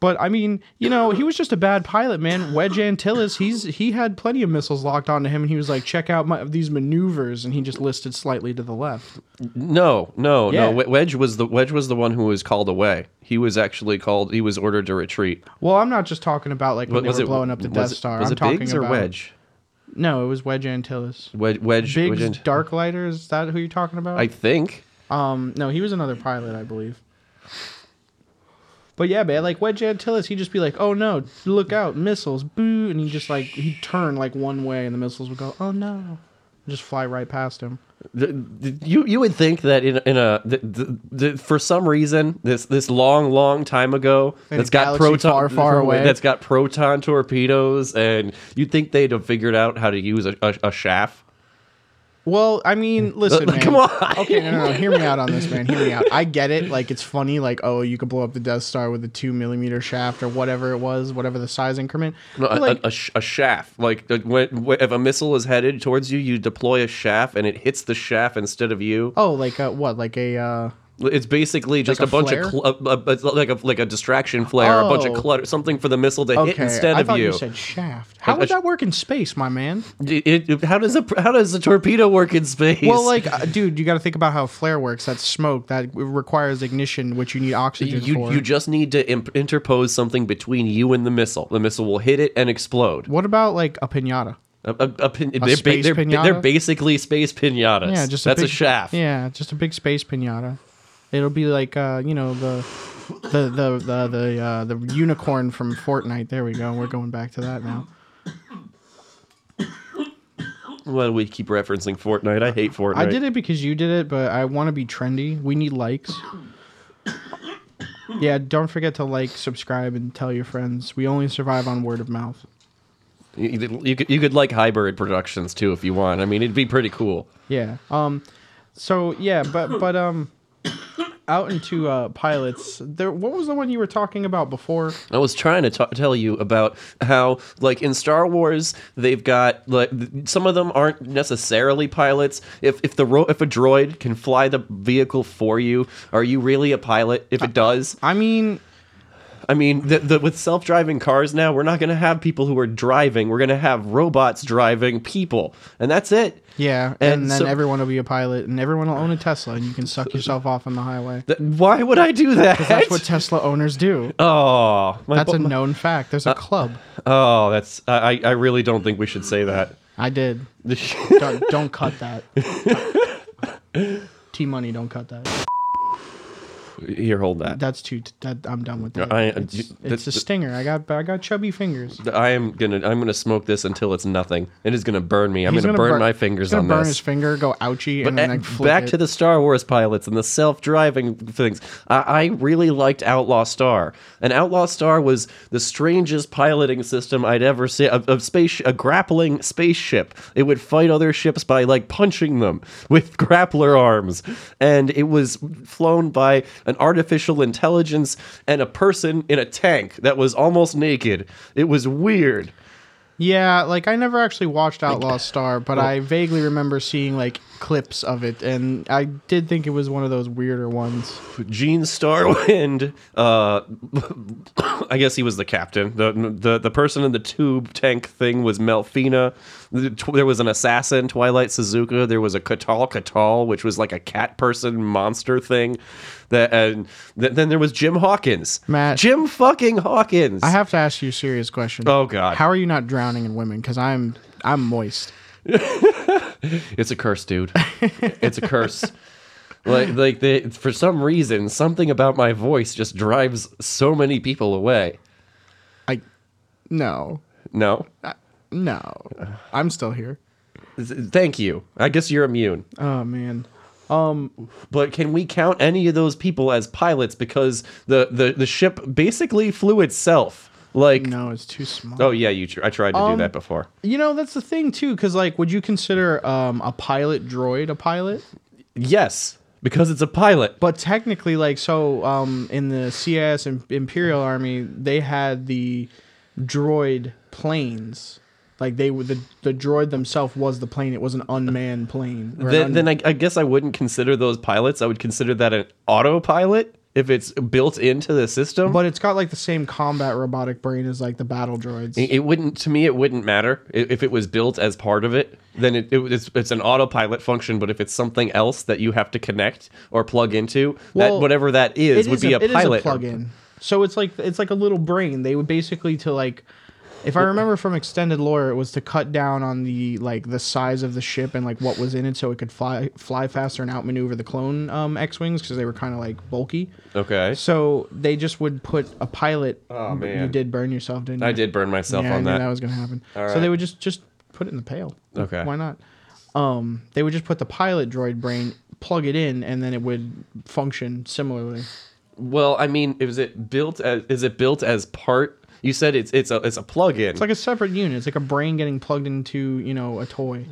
S2: But I mean, you know, he was just a bad pilot, man. Wedge Antilles, he's he had plenty of missiles locked onto him, and he was like, "Check out my, these maneuvers," and he just listed slightly to the left.
S1: No, no,
S2: Yeah.
S1: no. Wed- Wedge was the Wedge was the one who was called away. He was actually called. He was ordered to retreat.
S2: Well, I'm not just talking about like when
S1: What
S2: they
S1: was
S2: were
S1: it?
S2: blowing up the
S1: was
S2: Death
S1: it-
S2: Star.
S1: Was
S2: I'm
S1: it
S2: talking
S1: Biggs or
S2: about
S1: Wedge?
S2: No, it was Wedge Antilles.
S1: Wedge. Wedge.
S2: Biggs
S1: Wedge-
S2: Darklighter, is that who you're talking about?
S1: I think.
S2: Um, no, he was another pilot, I believe. But yeah, man, like Wedge Antilles, he'd just be like, "Oh no, look out, missiles, boo!" And he just like he'd turn like one way, and the missiles would go, "Oh no," and just fly right past him.
S1: Th- th- You you would think that in in a th- th- th- for some reason this this long long time ago
S2: In a
S1: that's got
S2: galaxy
S1: proton
S2: far, far away.
S1: that's got proton torpedoes and you'd think they'd have figured out how to use a a, a shaft.
S2: Well,
S1: [laughs]
S2: I mean, listen, man.
S1: Come on.
S2: Okay, no, no, no, hear me out on this, man. Hear me out. I get it. Like, it's funny. Like, oh, you could blow up the Death Star with a two millimeter shaft or whatever it was, whatever the size increment.
S1: No,
S2: But,
S1: a,
S2: like,
S1: a, a, sh- a shaft. Like uh, when, when, if a missile is headed towards you, you deploy a shaft, and it hits the shaft instead of you.
S2: oh, like a, what? Like a uh,
S1: It's basically just
S2: Like
S1: a
S2: a
S1: bunch
S2: flare?
S1: of cl- a, a, a- like a like a distraction flare, a bunch of
S2: Oh.
S1: clutter, something for the missile to hit
S2: okay.
S1: instead
S2: I
S1: of
S2: thought
S1: you.
S2: you said shaft. How
S1: a
S2: would
S1: sh-
S2: that work in space, my man?
S1: It- it- how does a how does a torpedo work in space?
S2: Well,
S1: [laughs]
S2: like, uh, dude, you got to think about how flare works. That's smoke that requires ignition, which you need oxygen
S1: you
S2: for.
S1: you just need to imp- interpose something between you and the missile. The missile will hit it and explode.
S2: what about like a pinata?
S1: A, a- a pin- they're,
S2: space
S1: they're,
S2: pinata?
S1: they're basically space pinatas.
S2: Yeah, just
S1: that's
S2: a,
S1: a,
S2: big,
S1: shaft.
S2: Yeah, just a big space pinata. It'll be like uh, you know the the the the the, uh, the unicorn from Fortnite. There we go. We're going back to that now.
S1: Well, we keep referencing Fortnite. I hate Fortnite.
S2: I did it because you did it, but I want to be trendy. We need likes. Yeah, don't forget to like, subscribe, and tell your friends. We only survive on word of mouth.
S1: You, you, you could, you could like Hybrid Productions too if you want. I mean, it'd be pretty cool.
S2: Yeah. Um. So yeah, but but um, out into uh, pilots. There. What was the one you were talking about before?
S1: I was trying to ta tell you about how, like in Star Wars, they've got like th- some of them aren't necessarily pilots. If if the ro- if a droid can fly the vehicle for you, are you really a pilot? If it does,
S2: I mean,
S1: I mean, the, the, with self driving cars now, we're not going to have people who are driving. We're going to have robots driving people, and that's it.
S2: yeah. And,
S1: And
S2: then
S1: so-
S2: everyone will be a pilot, and everyone will own a Tesla, and you can suck yourself off on the highway.
S1: Th- why would I do that? [laughs]
S2: That's what Tesla owners do.
S1: oh, Uh, my
S2: That's
S1: bu-
S2: a known fact. There's a club.
S1: Oh, that's I, I I really don't think we should say that. [laughs]
S2: I did. Don't, don't cut that. [laughs] T money, don't cut that.
S1: Here, hold that.
S2: That's too. That I'm done with that.
S1: I- uh,
S2: it's
S1: you-
S2: it's
S1: that-
S2: a stinger. I got I got chubby fingers.
S1: I am gonna I'm gonna smoke this until it's nothing. It is gonna burn me. I'm gonna, burn, my fingers
S2: he's gonna
S1: on
S2: burn
S1: this.
S2: his finger, go ouchie,
S1: But
S2: and then
S1: at-
S2: like, flip
S1: back
S2: it.
S1: to the Star Wars pilots and the self-driving things. I, I really liked Outlaw Star, and Outlaw Star was the strangest piloting system I'd ever seen. A, a space, a grappling spaceship. It would fight other ships by like punching them [laughs] with grappler arms, and it was flown by an artificial intelligence and a person in a tank that was almost naked. It was weird.
S2: Yeah, like I never actually watched Outlaw Star, but I vaguely remember seeing like clips of it, and I did think it was one of those weirder ones.
S1: Gene Starwind, uh, [coughs] I guess he was the captain. The, the the person in the tube tank thing was Melfina. The- tw- There was an assassin, Twilight Suzuka. There was a Katal Katal, which was like a cat person monster thing. That and th- then there was Jim Hawkins.
S2: Matt.
S1: Jim fucking Hawkins.
S2: I have to ask you a serious question.
S1: Oh, God.
S2: how are you not drowning in women? Because I'm I'm moist.
S1: It's a curse, dude. it's a curse. [laughs] Like like they, for some reason, something about my voice just drives so many people away.
S2: I no
S1: No.
S2: no, I'm still here.
S1: Thank you. I guess you're immune.
S2: Oh man,
S1: But can we count any of those people as pilots because the the, the ship basically flew itself? Like
S2: no, Um, it's too small.
S1: Oh yeah, you tr- I tried to do that before.
S2: You know that's the thing too, because like, would you consider um, a pilot droid a pilot?
S1: Yes, because it's a pilot.
S2: But technically, like, so um, in the CIS and Imperial Army, they had the droid planes. Like they were the the droid themself was the plane. It was an unmanned plane. or an
S1: Then,
S2: un-
S1: then I, I guess I wouldn't consider those pilots. I would consider that an autopilot if it's built into the system.
S2: but it's got like the same combat robotic brain as like the battle droids.
S1: It- it wouldn't to me. It wouldn't matter I- if it was built as part of it. Then it, it it's it's an autopilot function. But if it's something else that you have to connect or plug into,
S2: Well,
S1: that whatever that is
S2: It
S1: would
S2: is
S1: be a,
S2: it is
S1: pilot.
S2: plug-in. So it's like it's like a little brain. They would basically to like, if I remember from extended lore, it was to cut down on the like the size of the ship and like what was in it, so it could fly fly faster and outmaneuver the clone um, X wings because they were kind of like bulky.
S1: Okay.
S2: So they just would put a pilot.
S1: Oh,
S2: but you
S1: man.
S2: did burn yourself, didn't you?
S1: I did burn myself
S2: Yeah, I
S1: on
S2: knew
S1: that.
S2: that. was gonna happen.
S1: All
S2: So they
S1: right.
S2: would just just put it in the pail.
S1: Okay.
S2: Why not? Um, they would just put the pilot droid brain, plug it in, and then it would function similarly.
S1: Well, I mean, is it built as is it built as part? You said it's it's a it's a plug-in,
S2: It's like a separate unit. It's like a brain getting plugged into, you know, a toy.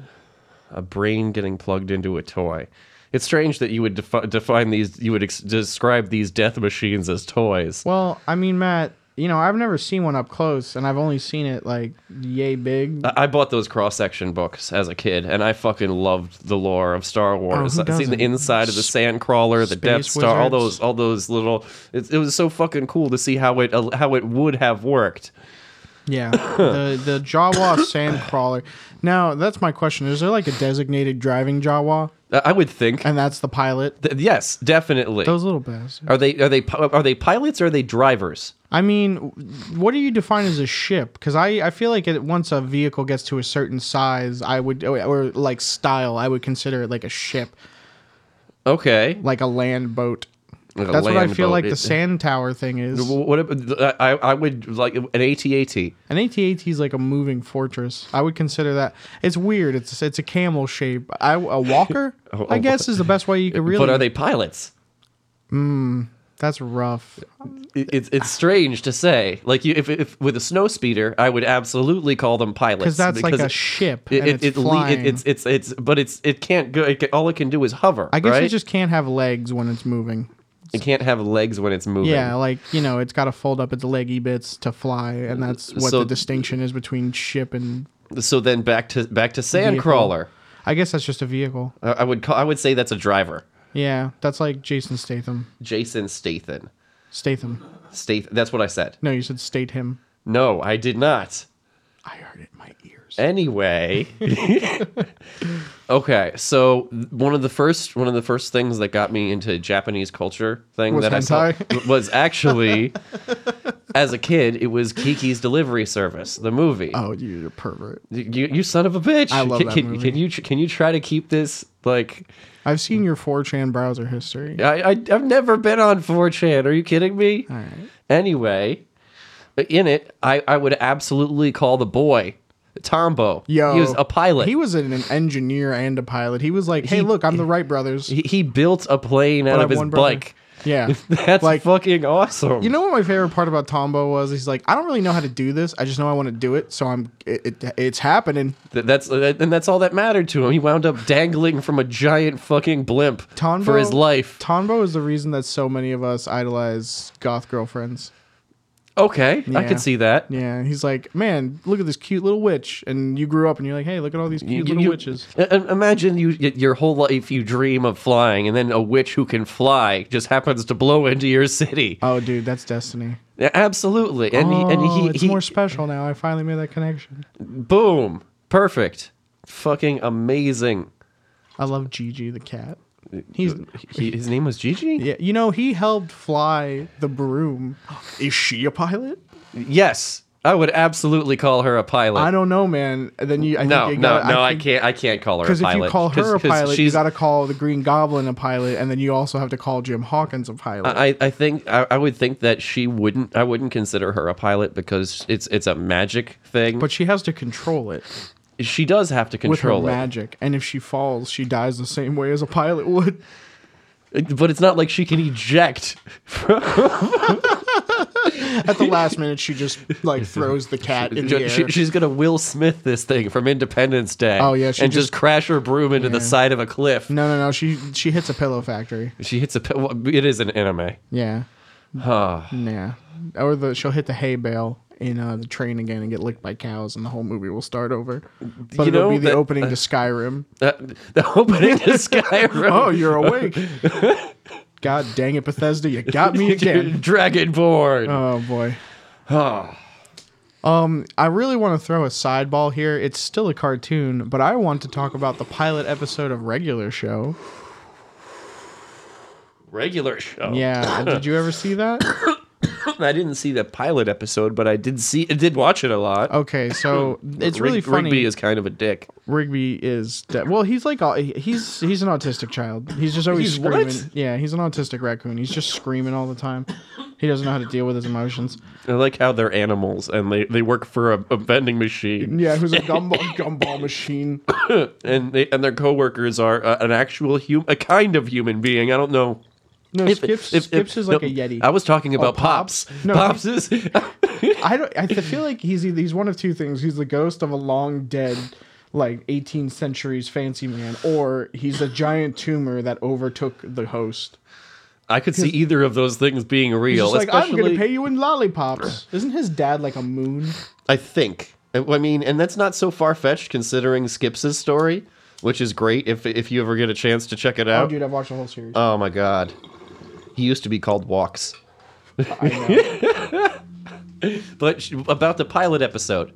S1: a brain getting plugged into a toy. It's strange that you would defi- define these, you would ex- describe these death machines as toys.
S2: Well, I mean, Matt, you know, I've never seen one up close, and I've only seen it like yay big.
S1: I I bought those cross section books as a kid, and I fucking loved the lore of Star Wars.
S2: Oh, who
S1: I've seen
S2: doesn't?
S1: the inside of the Sandcrawler, the
S2: Space
S1: Death Star, all
S2: wizards.
S1: those, all those little. It, it was so fucking cool to see how it uh, how it would have worked.
S2: Yeah, the the Jawa Sandcrawler. Now, that's my question: Is there like a designated driving Jawa,
S1: I I would think,
S2: and that's the pilot?
S1: th- yes, definitely.
S2: Those little bastards.
S1: Are they are they pi- are they pilots or are they drivers?
S2: I mean, what do you define as a ship? Because I, I feel like it, once a vehicle gets to a certain size, I would or like style, I would consider it like a ship,
S1: Okay.
S2: like a land boat.
S1: Like a
S2: That's what I
S1: land
S2: feel
S1: boat.
S2: like
S1: It-
S2: the sand tower thing is.
S1: What ab- I I would like an ATAT.
S2: An AT-AT is like a moving fortress. I would consider that. It's weird. It's it's a camel shape.
S1: [laughs]
S2: I, a walker,
S1: Oh,
S2: I
S1: oh,
S2: guess, is the best way you could really.
S1: But are they pilots?
S2: That's rough.
S1: It- It's it's strange to say. Like you, if, if with a snow speeder, I would absolutely call them pilots
S2: Because that's like a
S1: it-
S2: ship
S1: It,
S2: and
S1: it,
S2: it's
S1: it, le-
S2: flying.
S1: it, it's it's it's but it's it can't go. It can, all it can do is hover.
S2: I guess
S1: right?
S2: it just can't have legs when it's moving.
S1: it can't have legs when it's moving.
S2: Yeah, like you know, it's got to fold up its leggy bits to fly, and that's what
S1: Uh, So-
S2: the distinction is between ship and.
S1: So then back to back to Sandcrawler.
S2: I guess that's just a vehicle.
S1: I, I would call, I would say that's a driver.
S2: Yeah, that's like Jason Statham.
S1: Jason Statham.
S2: Statham.
S1: Stath. That's what I said.
S2: No, you said state him.
S1: No, I did not.
S2: I heard it in my ears. [laughs]
S1: Anyway, okay. So one of the first one of the first things that got me into Japanese culture thing [laughs]
S2: Was
S1: that I saw
S2: hentai?
S1: was actually as a kid, it was Kiki's Delivery Service, the movie.
S2: Oh, you're a pervert.
S1: You, you son of a bitch!
S2: I love
S1: can,
S2: that
S1: can,
S2: movie.
S1: can you tr- can you try to keep this like?
S2: I've seen your 4chan browser history.
S1: I, I I've never been on 4chan. Are you kidding me? Anyway, in it, I I would absolutely call the boy Tombo.
S2: Yo,
S1: he was a pilot.
S2: He was an an engineer and a pilot. He was like, "Hey,
S1: He-
S2: look, I'm the Wright brothers."
S1: he, he built a plane out
S2: But
S1: of
S2: I'm
S1: his
S2: one brother.
S1: bike. [laughs]
S2: yeah,
S1: That's
S2: Like-
S1: fucking awesome.
S2: You know what my favorite part about Tombo was? He's like, I don't really know how to do this. I just know I want to do it, so I'm. It, it, it's happening.
S1: Th- that's that- and that's all that mattered to him. He wound up dangling from a giant fucking blimp
S2: Tombo
S1: for his life.
S2: Tombo is the reason that so many of us idolize goth girlfriends.
S1: okay, I
S2: Yeah.
S1: can see that.
S2: Yeah, and he's like, man, look at this cute little witch, and you grew up and you're like, hey, look at all these cute little witches.
S1: I- I- uh, Imagine you y- your whole life you dream of flying, and then a witch who can fly just happens to blow into your city.
S2: Oh, dude, that's destiny.
S1: Yeah, Absolutely, and
S2: oh,
S1: he, and he,
S2: it's
S1: he
S2: more special now. I finally made that connection.
S1: boom, perfect, fucking amazing.
S2: I love Gigi the cat. He's
S1: He, his name was Gigi.
S2: yeah, you know, he helped fly the
S1: [gasps]
S2: broom. Is she a pilot?
S1: Yes, I would absolutely call her a pilot.
S2: I don't know, man. And then you, I
S1: no,
S2: think you
S1: no,
S2: gotta-
S1: no! I,
S2: think-
S1: can't. I can't call
S2: [laughs]
S1: her a
S2: Because if
S1: pilot.
S2: you call
S1: 'Cause-
S2: her a
S1: 'cause
S2: pilot, you
S1: she's-
S2: got to call the Green Goblin a pilot, and then you also have to call Jim Hawkins a pilot.
S1: I, I think I, I would think that she wouldn't. I wouldn't consider her a pilot because it's it's a magic thing.
S2: but she has to control it
S1: she does have to
S2: with her
S1: control it.
S2: magic, and if she falls, she dies the same way as a pilot would. [laughs]
S1: But it's not like she can eject.
S2: At the last minute, she just like throws the cat in the air.
S1: [laughs] She, she's gonna Will Smith this thing from Independence Day.
S2: Oh, yeah, she
S1: and just,
S2: just-
S1: crash her broom into the
S2: Yeah. Mm.
S1: side of a cliff.
S2: no, no, no. She she hits a pillow factory.
S1: She hits a. pi- well, It is an anime.
S2: Yeah, yeah. Or the she'll hit the hay bale in uh, the train again and get licked by cows, and the whole movie will start over. But
S1: You
S2: it'll
S1: know
S2: be the
S1: that- uh,
S2: opening to Skyrim.
S1: That- the opening
S2: [laughs]
S1: to Skyrim.
S2: Oh,
S1: [laughs]
S2: you're awake. God dang it, Bethesda, you got me again.
S1: Dragonborn.
S2: Oh
S1: [sighs]
S2: boy. um, I really want to throw a sideball here. It's still a cartoon, but I want to talk about the pilot episode of Regular Show.
S1: Regular show.
S2: Yeah, did you ever
S1: [coughs]
S2: see that?
S1: I didn't see the pilot episode, but I did see. I did watch it a lot.
S2: Okay, so Oh, it's really
S1: Rig-
S2: funny.
S1: Rigby is kind of a dick.
S2: Rigby is de- well. He's like all, he's he's an autistic child. He's just always
S1: He's
S2: screaming.
S1: what?
S2: Yeah, he's an autistic raccoon. He's just screaming all the time. He doesn't know how to deal with his emotions.
S1: I like how they're animals and they, they work for a, a vending machine,
S2: Yeah, who's a gumball gumball machine?
S1: [laughs] and they and their coworkers are uh, an actual hum a kind of human being. I don't know.
S2: No,
S1: If-
S2: Oh, Skips
S1: if- if-
S2: Skips is like
S1: no,
S2: a yeti. Oh,
S1: I was talking about
S2: Pops?
S1: pops.
S2: No.
S1: pops is [laughs]
S2: I don't. I feel like he's either, he's one of two things. He's the ghost of a long dead, like 18th century's fancy man, or he's a giant tumor that overtook the host.
S1: I could see either of those things being real.
S2: Just like I'm
S1: especially-
S2: gonna pay you in lollipops. Isn't his dad like a moon?
S1: I think. I I mean, and that's not so far fetched considering Skips' story, which is great if if you ever get a chance to check it
S2: Oh,
S1: out.
S2: dude, I've watched the whole series.
S1: oh my god, he used to be called Walks.
S2: I know.
S1: [laughs] But sh- about the pilot episode.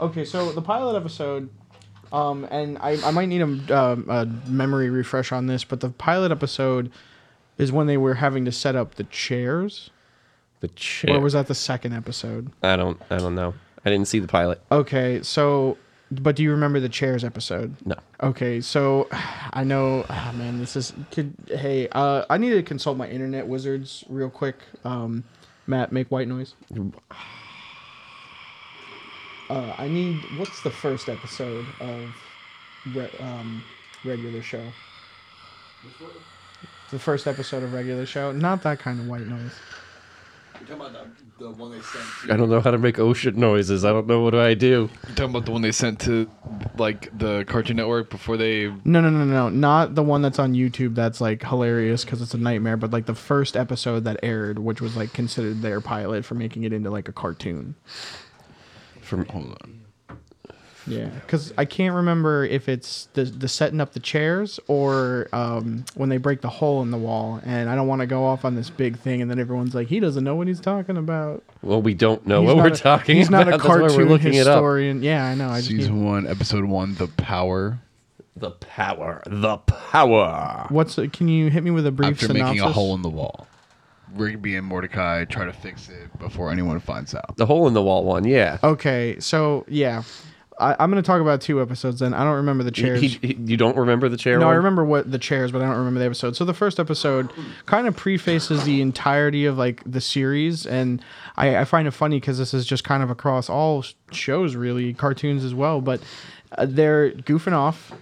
S2: Okay, so the pilot episode. Um, and I, I might need a, um, a memory refresh on this, but the pilot episode is when they were having to set up the chairs.
S1: The chair.
S2: Or was that the second episode?
S1: I don't. I don't know. I didn't see the pilot.
S2: Okay, so but do you remember the chairs episode?
S1: No.
S2: Okay, so [sighs] I know, ah, man, this is could hey, uh, I need to consult my internet wizards real quick. Um, Matt, make white noise. [sighs] Uh, I need what's the first episode of re- um, regular show? The first episode of regular show, not that kind of white noise.
S3: You're talking about the, the one they sent. To,
S1: I don't know how to make ocean noises. I don't know what do I do.
S3: you're talking about the one they sent to like the Cartoon Network before they.
S2: No, no, no, no, no, not the one that's on YouTube. That's like hilarious because it's a nightmare. But like the first episode that aired, which was like considered their pilot for making it into like a cartoon.
S1: From hold on.
S2: Yeah, because I can't remember if it's the the setting up the chairs or um, when they break the hole in the wall. And I don't want to go off on this big thing, and then everyone's like, he doesn't know what he's talking about.
S1: Well, we don't know
S2: He's
S1: what
S2: not
S1: we're
S2: a-
S1: talking
S2: He's
S1: about.
S2: not a
S1: That's why
S2: cartoon
S1: we're looking it up.
S2: historian. Yeah, I know. I just need,
S3: Season one, episode one, the power.
S1: The power. The power.
S2: what's can you hit me with a brief
S3: After
S2: synopsis?
S3: making a hole in the wall, Rigby and Mordecai try to fix it before anyone finds out.
S1: The hole in the wall one, yeah.
S2: Okay, so yeah, I, I'm going to talk about two episodes. Then I don't remember the
S1: He-
S2: chairs.
S1: he- he- you don't remember the chair?
S2: No, I
S1: one?
S2: remember what the chairs, but I don't remember the episode. So the first episode kind of prefaces the entirety of like the series, and I, I find it funny because this is just kind of across all sh- shows, really, cartoons as well. But uh, they're goofing off,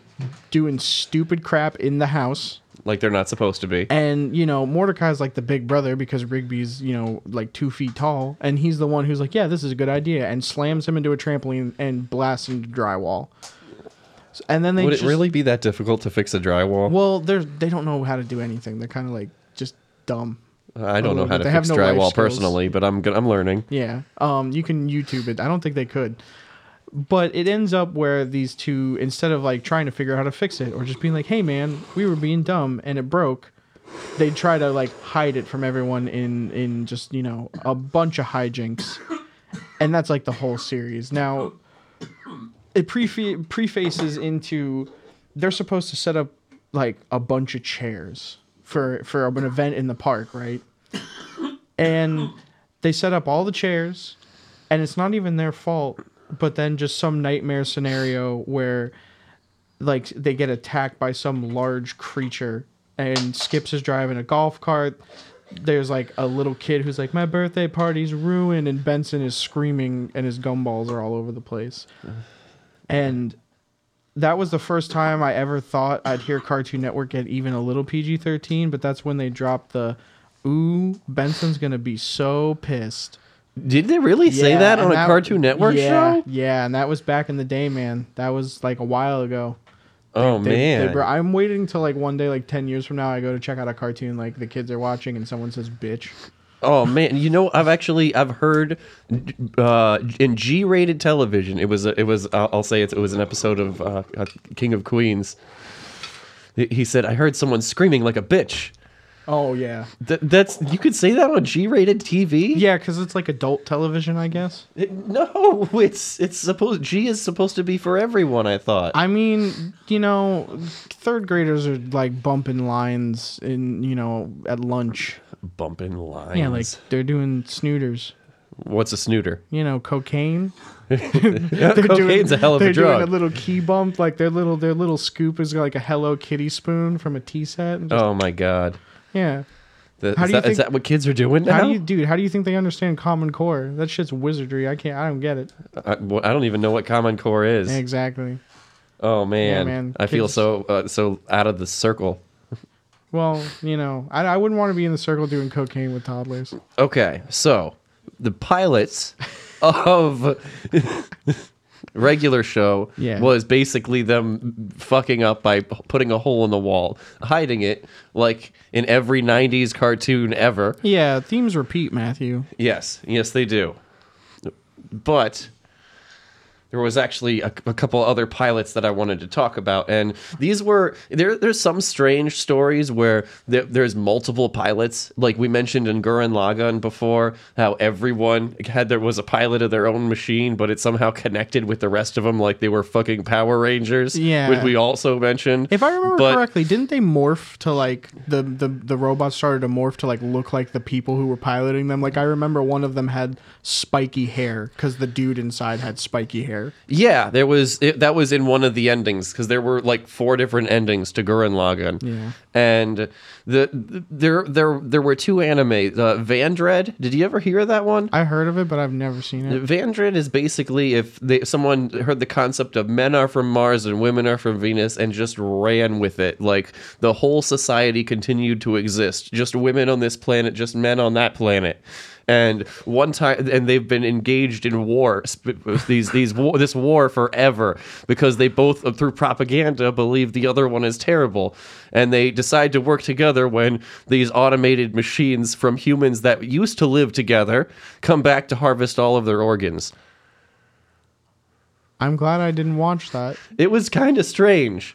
S2: doing stupid crap in the house.
S1: Like they're not supposed to be.
S2: And you know Mordecai's like the big brother because Rigby's you know like two feet tall, and he's the one who's like, yeah, this is a good idea, and slams him into a trampoline and blasts him to drywall. S- And then they
S4: Would it
S2: just,
S4: really be that difficult to fix a drywall?
S2: well, they're they don't know how to do anything. They're kind of like just dumb.
S4: I don't know
S2: little
S4: how
S2: bit.
S4: to
S2: Oh, They have
S4: fix
S2: no life
S4: drywall
S2: skills.
S4: personally, but I'm gonna, I'm learning.
S2: Yeah. Um, you can YouTube it. I don't think they could. But it ends up where these two, instead of like trying to figure out how to fix it or just being like, "Hey, man, we were being dumb and it broke," they try to like hide it from everyone in in just you know a bunch of hijinks, and that's like the whole series. Now, it prefa- prefaces into they're supposed to set up like a bunch of chairs for for an event in the park, right? and they set up all the chairs and it's not even their fault but then just some nightmare scenario where like they get attacked by some large creature and skips is driving a golf cart there's like a little kid who's like my birthday party's ruined and benson is screaming and his gumballs are all over the place and that was the first time I ever thought I'd hear Cartoon Network get even a little PG 13, but that's when they dropped the, ooh, Benson's going to be so pissed.
S1: Did they really say
S2: Yeah,
S1: that
S2: and
S1: on a Cartoon Network
S2: yeah,
S1: show?
S2: Yeah, and that was back in the day, man. That was like a while ago.
S1: Oh
S2: They- they
S1: man.
S2: bro- I'm waiting till like one day, like 10 years from now, I go to check out a cartoon like the kids are watching and someone says bitch.
S1: Oh man, you know I've actually I've heard uh, in G-rated television. It was a, it was uh, I'll say it, it was an episode of uh, uh, King of Queens. He he said I heard someone screaming like a bitch.
S2: Oh, yeah.
S1: Th- that's you could say that on G-rated TV.
S2: Yeah, because it's like adult television, I guess.
S1: It- no, it's it's supposed G is supposed to be for everyone. I thought.
S2: I mean, you know, third graders are like bumping lines in, you know, at lunch.
S1: Bumping lines.
S2: Yeah, like they're doing snooters.
S1: what's a snooter?
S2: You know, cocaine.
S1: Yeah, [laughs] Cocaine's a hell of
S2: they're
S1: a drug.
S2: doing a little key bump, like their little their little scoop is like a Hello Kitty spoon from a tea set. and just-
S1: oh my god.
S2: Yeah.
S1: Th-
S2: How
S1: is,
S2: do you
S1: that, is
S2: think-
S1: that what kids are doing now?
S2: How do you, dude? How do you think they understand Common Core? That shit's wizardry. I can't. I don't get it.
S1: I, well, I don't even know what Common Core is.
S2: Exactly.
S1: Oh man,
S2: man.
S1: I feel
S2: Kids-
S1: so uh, so out of the circle.
S2: Well, you know, I, I wouldn't want to be in the circle doing cocaine with toddlers.
S1: Okay, so the
S2: [laughs]
S1: pilots of regular show
S2: Yeah.
S1: was basically them fucking up by p- putting a hole in the wall, hiding it like in every '90s cartoon ever.
S2: Yeah, themes repeat, Matthew.
S1: Yes, yes, they do. But there was actually a, a couple other pilots that I wanted to talk about, and these were there. There's some strange stories where there, there's multiple pilots, like we mentioned in Gurren Lagann before, how everyone had there was a pilot of their own machine, but it somehow connected with the rest of them, like they were fucking Power Rangers.
S2: Yeah.
S1: which we also mentioned.
S2: If I remember
S1: But-
S2: correctly, didn't they morph to like the, the the robots started to morph to like look like the people who were piloting them? Like I remember one of them had spiky hair because the dude inside had spiky hair.
S1: Yeah, there was it, that was in one of the endings because there were like four different endings to Gurren Lagann.
S2: Yeah.
S1: and the, the there there there were two anime. Uh, Vandred, did you ever hear that one?
S2: I heard of it, but I've never seen it.
S1: Vandred is basically if they, someone heard the concept of men are from Mars and women are from Venus and just ran with it. Like the whole society continued to exist. Just women on this planet, just men on that planet. And one time, and they've been engaged in war. sp- These these war, this war forever because they both uh, through propaganda believe the other one is terrible, and they decide to work together when these automated machines from humans that used to live together come back to harvest all of their organs.
S2: I'm glad I didn't watch that.
S1: It was kind of strange,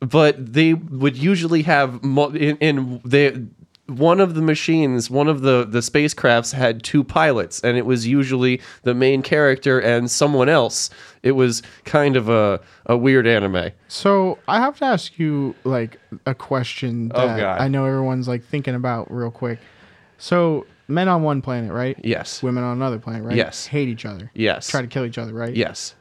S1: but they would usually have mo- in, in the one of the machines, one of the the spacecrafts had two pilots, and it was usually the main character and someone else. It was kind of a a weird anime.
S2: So I have to ask you like a question that
S1: Oh, God.
S2: I know everyone's like thinking about real quick. So men on one planet, right?
S1: Yes.
S2: Women on another planet, right?
S1: Yes.
S2: Hate each other.
S1: Yes.
S2: Try to kill each other, right?
S1: Yes.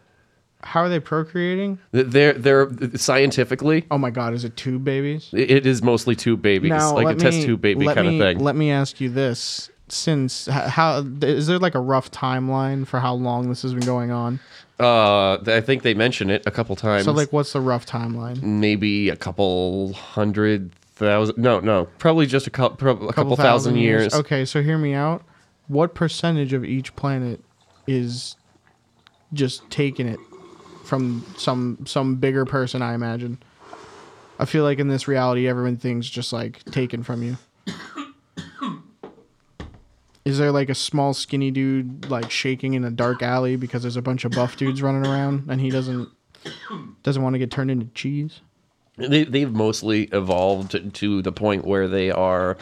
S2: How are they procreating?
S1: Th- They're they're scientifically
S2: Oh my God, is it two babies?
S1: it is mostly tube babies,
S2: Now,
S1: like a
S2: let
S1: test
S2: me-
S1: tube baby
S2: let
S1: kind
S2: me-
S1: of thing.
S2: Let me ask you this: since h- how is there like a rough timeline for how long this has been going on?
S1: uh, th- I think they mention it a couple times.
S2: So like, what's the rough timeline?
S1: maybe a couple hundred thousand. No, no, probably just a couple, a couple, thousand, years.
S2: Okay, so hear me out. What percentage of each planet is just taking it from some some bigger person? I imagine. I feel like in this reality, everything's just like taken from you. [coughs] Is there like a small skinny dude like shaking in a dark alley because there's a bunch of buff dudes running around and he doesn't doesn't want to get turned into cheese?
S1: They, they've mostly evolved to the point where they are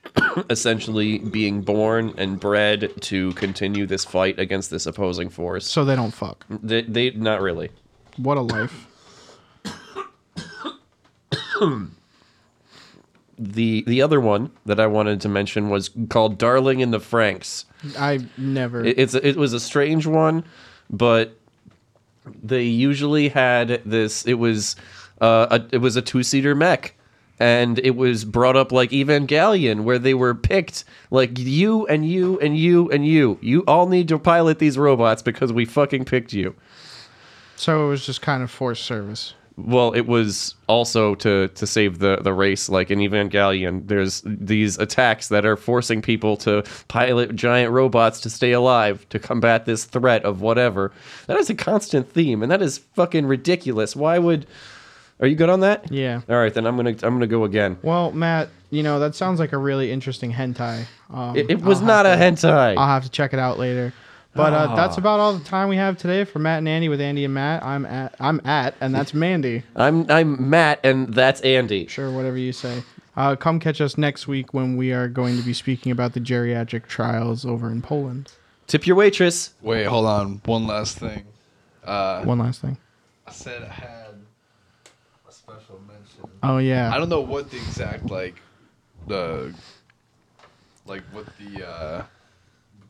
S1: [coughs] essentially being born and bred to continue this fight against this opposing force.
S2: So they don't fuck.
S1: They, they not really.
S2: What a life.
S1: The the other one that I wanted to mention was called Darling in the Franks.
S2: I never.
S1: It, it's it was a strange one, but they usually had this. It was uh, a, it was a two seater mech, and it was brought up like Evangelion, where they were picked like you and you and you and you. You all need to pilot these robots because we fucking picked you.
S2: So it was just kind of forced service.
S1: Well, it was also to to save the the race, like in Evangelion. There's these attacks that are forcing people to pilot giant robots to stay alive to combat this threat of whatever. That is a constant theme, and that is fucking ridiculous. Why would? Are you good on that?
S2: Yeah.
S1: All right, then I'm gonna I'm gonna go again.
S2: Well, Matt, you know that sounds like a really interesting hentai. Um,
S1: It, it was
S2: I'll
S1: not a
S2: have
S1: hentai.
S2: To, I'll have to check it out later. But uh, that's about all the time we have today for Matt and Andy with Andy and Matt. I'm at I'm at and that's Mandy.
S1: I'm I'm Matt, and that's Andy.
S2: Sure, whatever you say. Uh, come catch us next week when we are going to be speaking about the geriatric trials over in Poland.
S1: Tip your waitress.
S3: Wait, hold on. One last thing. Uh,
S2: One last thing.
S3: I said I had a special mention.
S2: Oh
S3: I
S2: yeah.
S3: don't know what the exact like the like what the uh,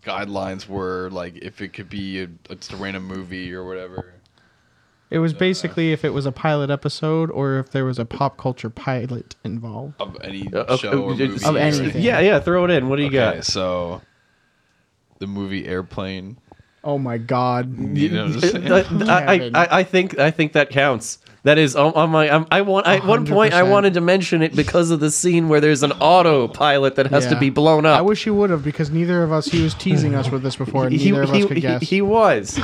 S3: guidelines were like if it could be a, just a random movie or whatever.
S2: It was basically if it was a pilot episode or if there was a pop culture pilot involved.
S3: of any
S1: Uh,
S3: show
S1: uh,
S3: or
S1: uh,
S3: movie.
S1: just-
S2: Of
S3: [laughs]
S2: anything.
S1: Yeah, yeah. Throw it in. What do you
S3: Okay,
S1: got?
S3: so the movie Airplane.
S2: Oh my god.
S3: You [laughs] know, what I'm saying?
S1: I, I, I, I think I think that counts. That is on, on my. I'm, I want. I, at one point, I
S2: 100%.
S1: wanted to mention it because of the scene where there's an autopilot that has to
S2: Yeah.
S1: be blown up.
S2: I wish he would have because neither of us. He was teasing us with this before,
S1: [laughs]
S2: and
S1: he,
S2: neither of us
S1: he-
S2: could
S1: he-
S2: guess.
S1: he
S2: [laughs]
S1: was.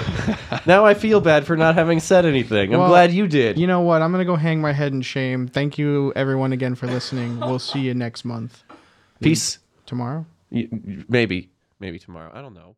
S1: now I feel bad for not having said anything. I'm
S2: Well,
S1: glad you did.
S2: you know what? I'm gonna go hang my head in shame. Thank you, everyone, again for listening. We'll see you next month.
S1: Peace.
S2: Tomorrow.
S1: Y- y- Maybe. Maybe tomorrow. I don't know.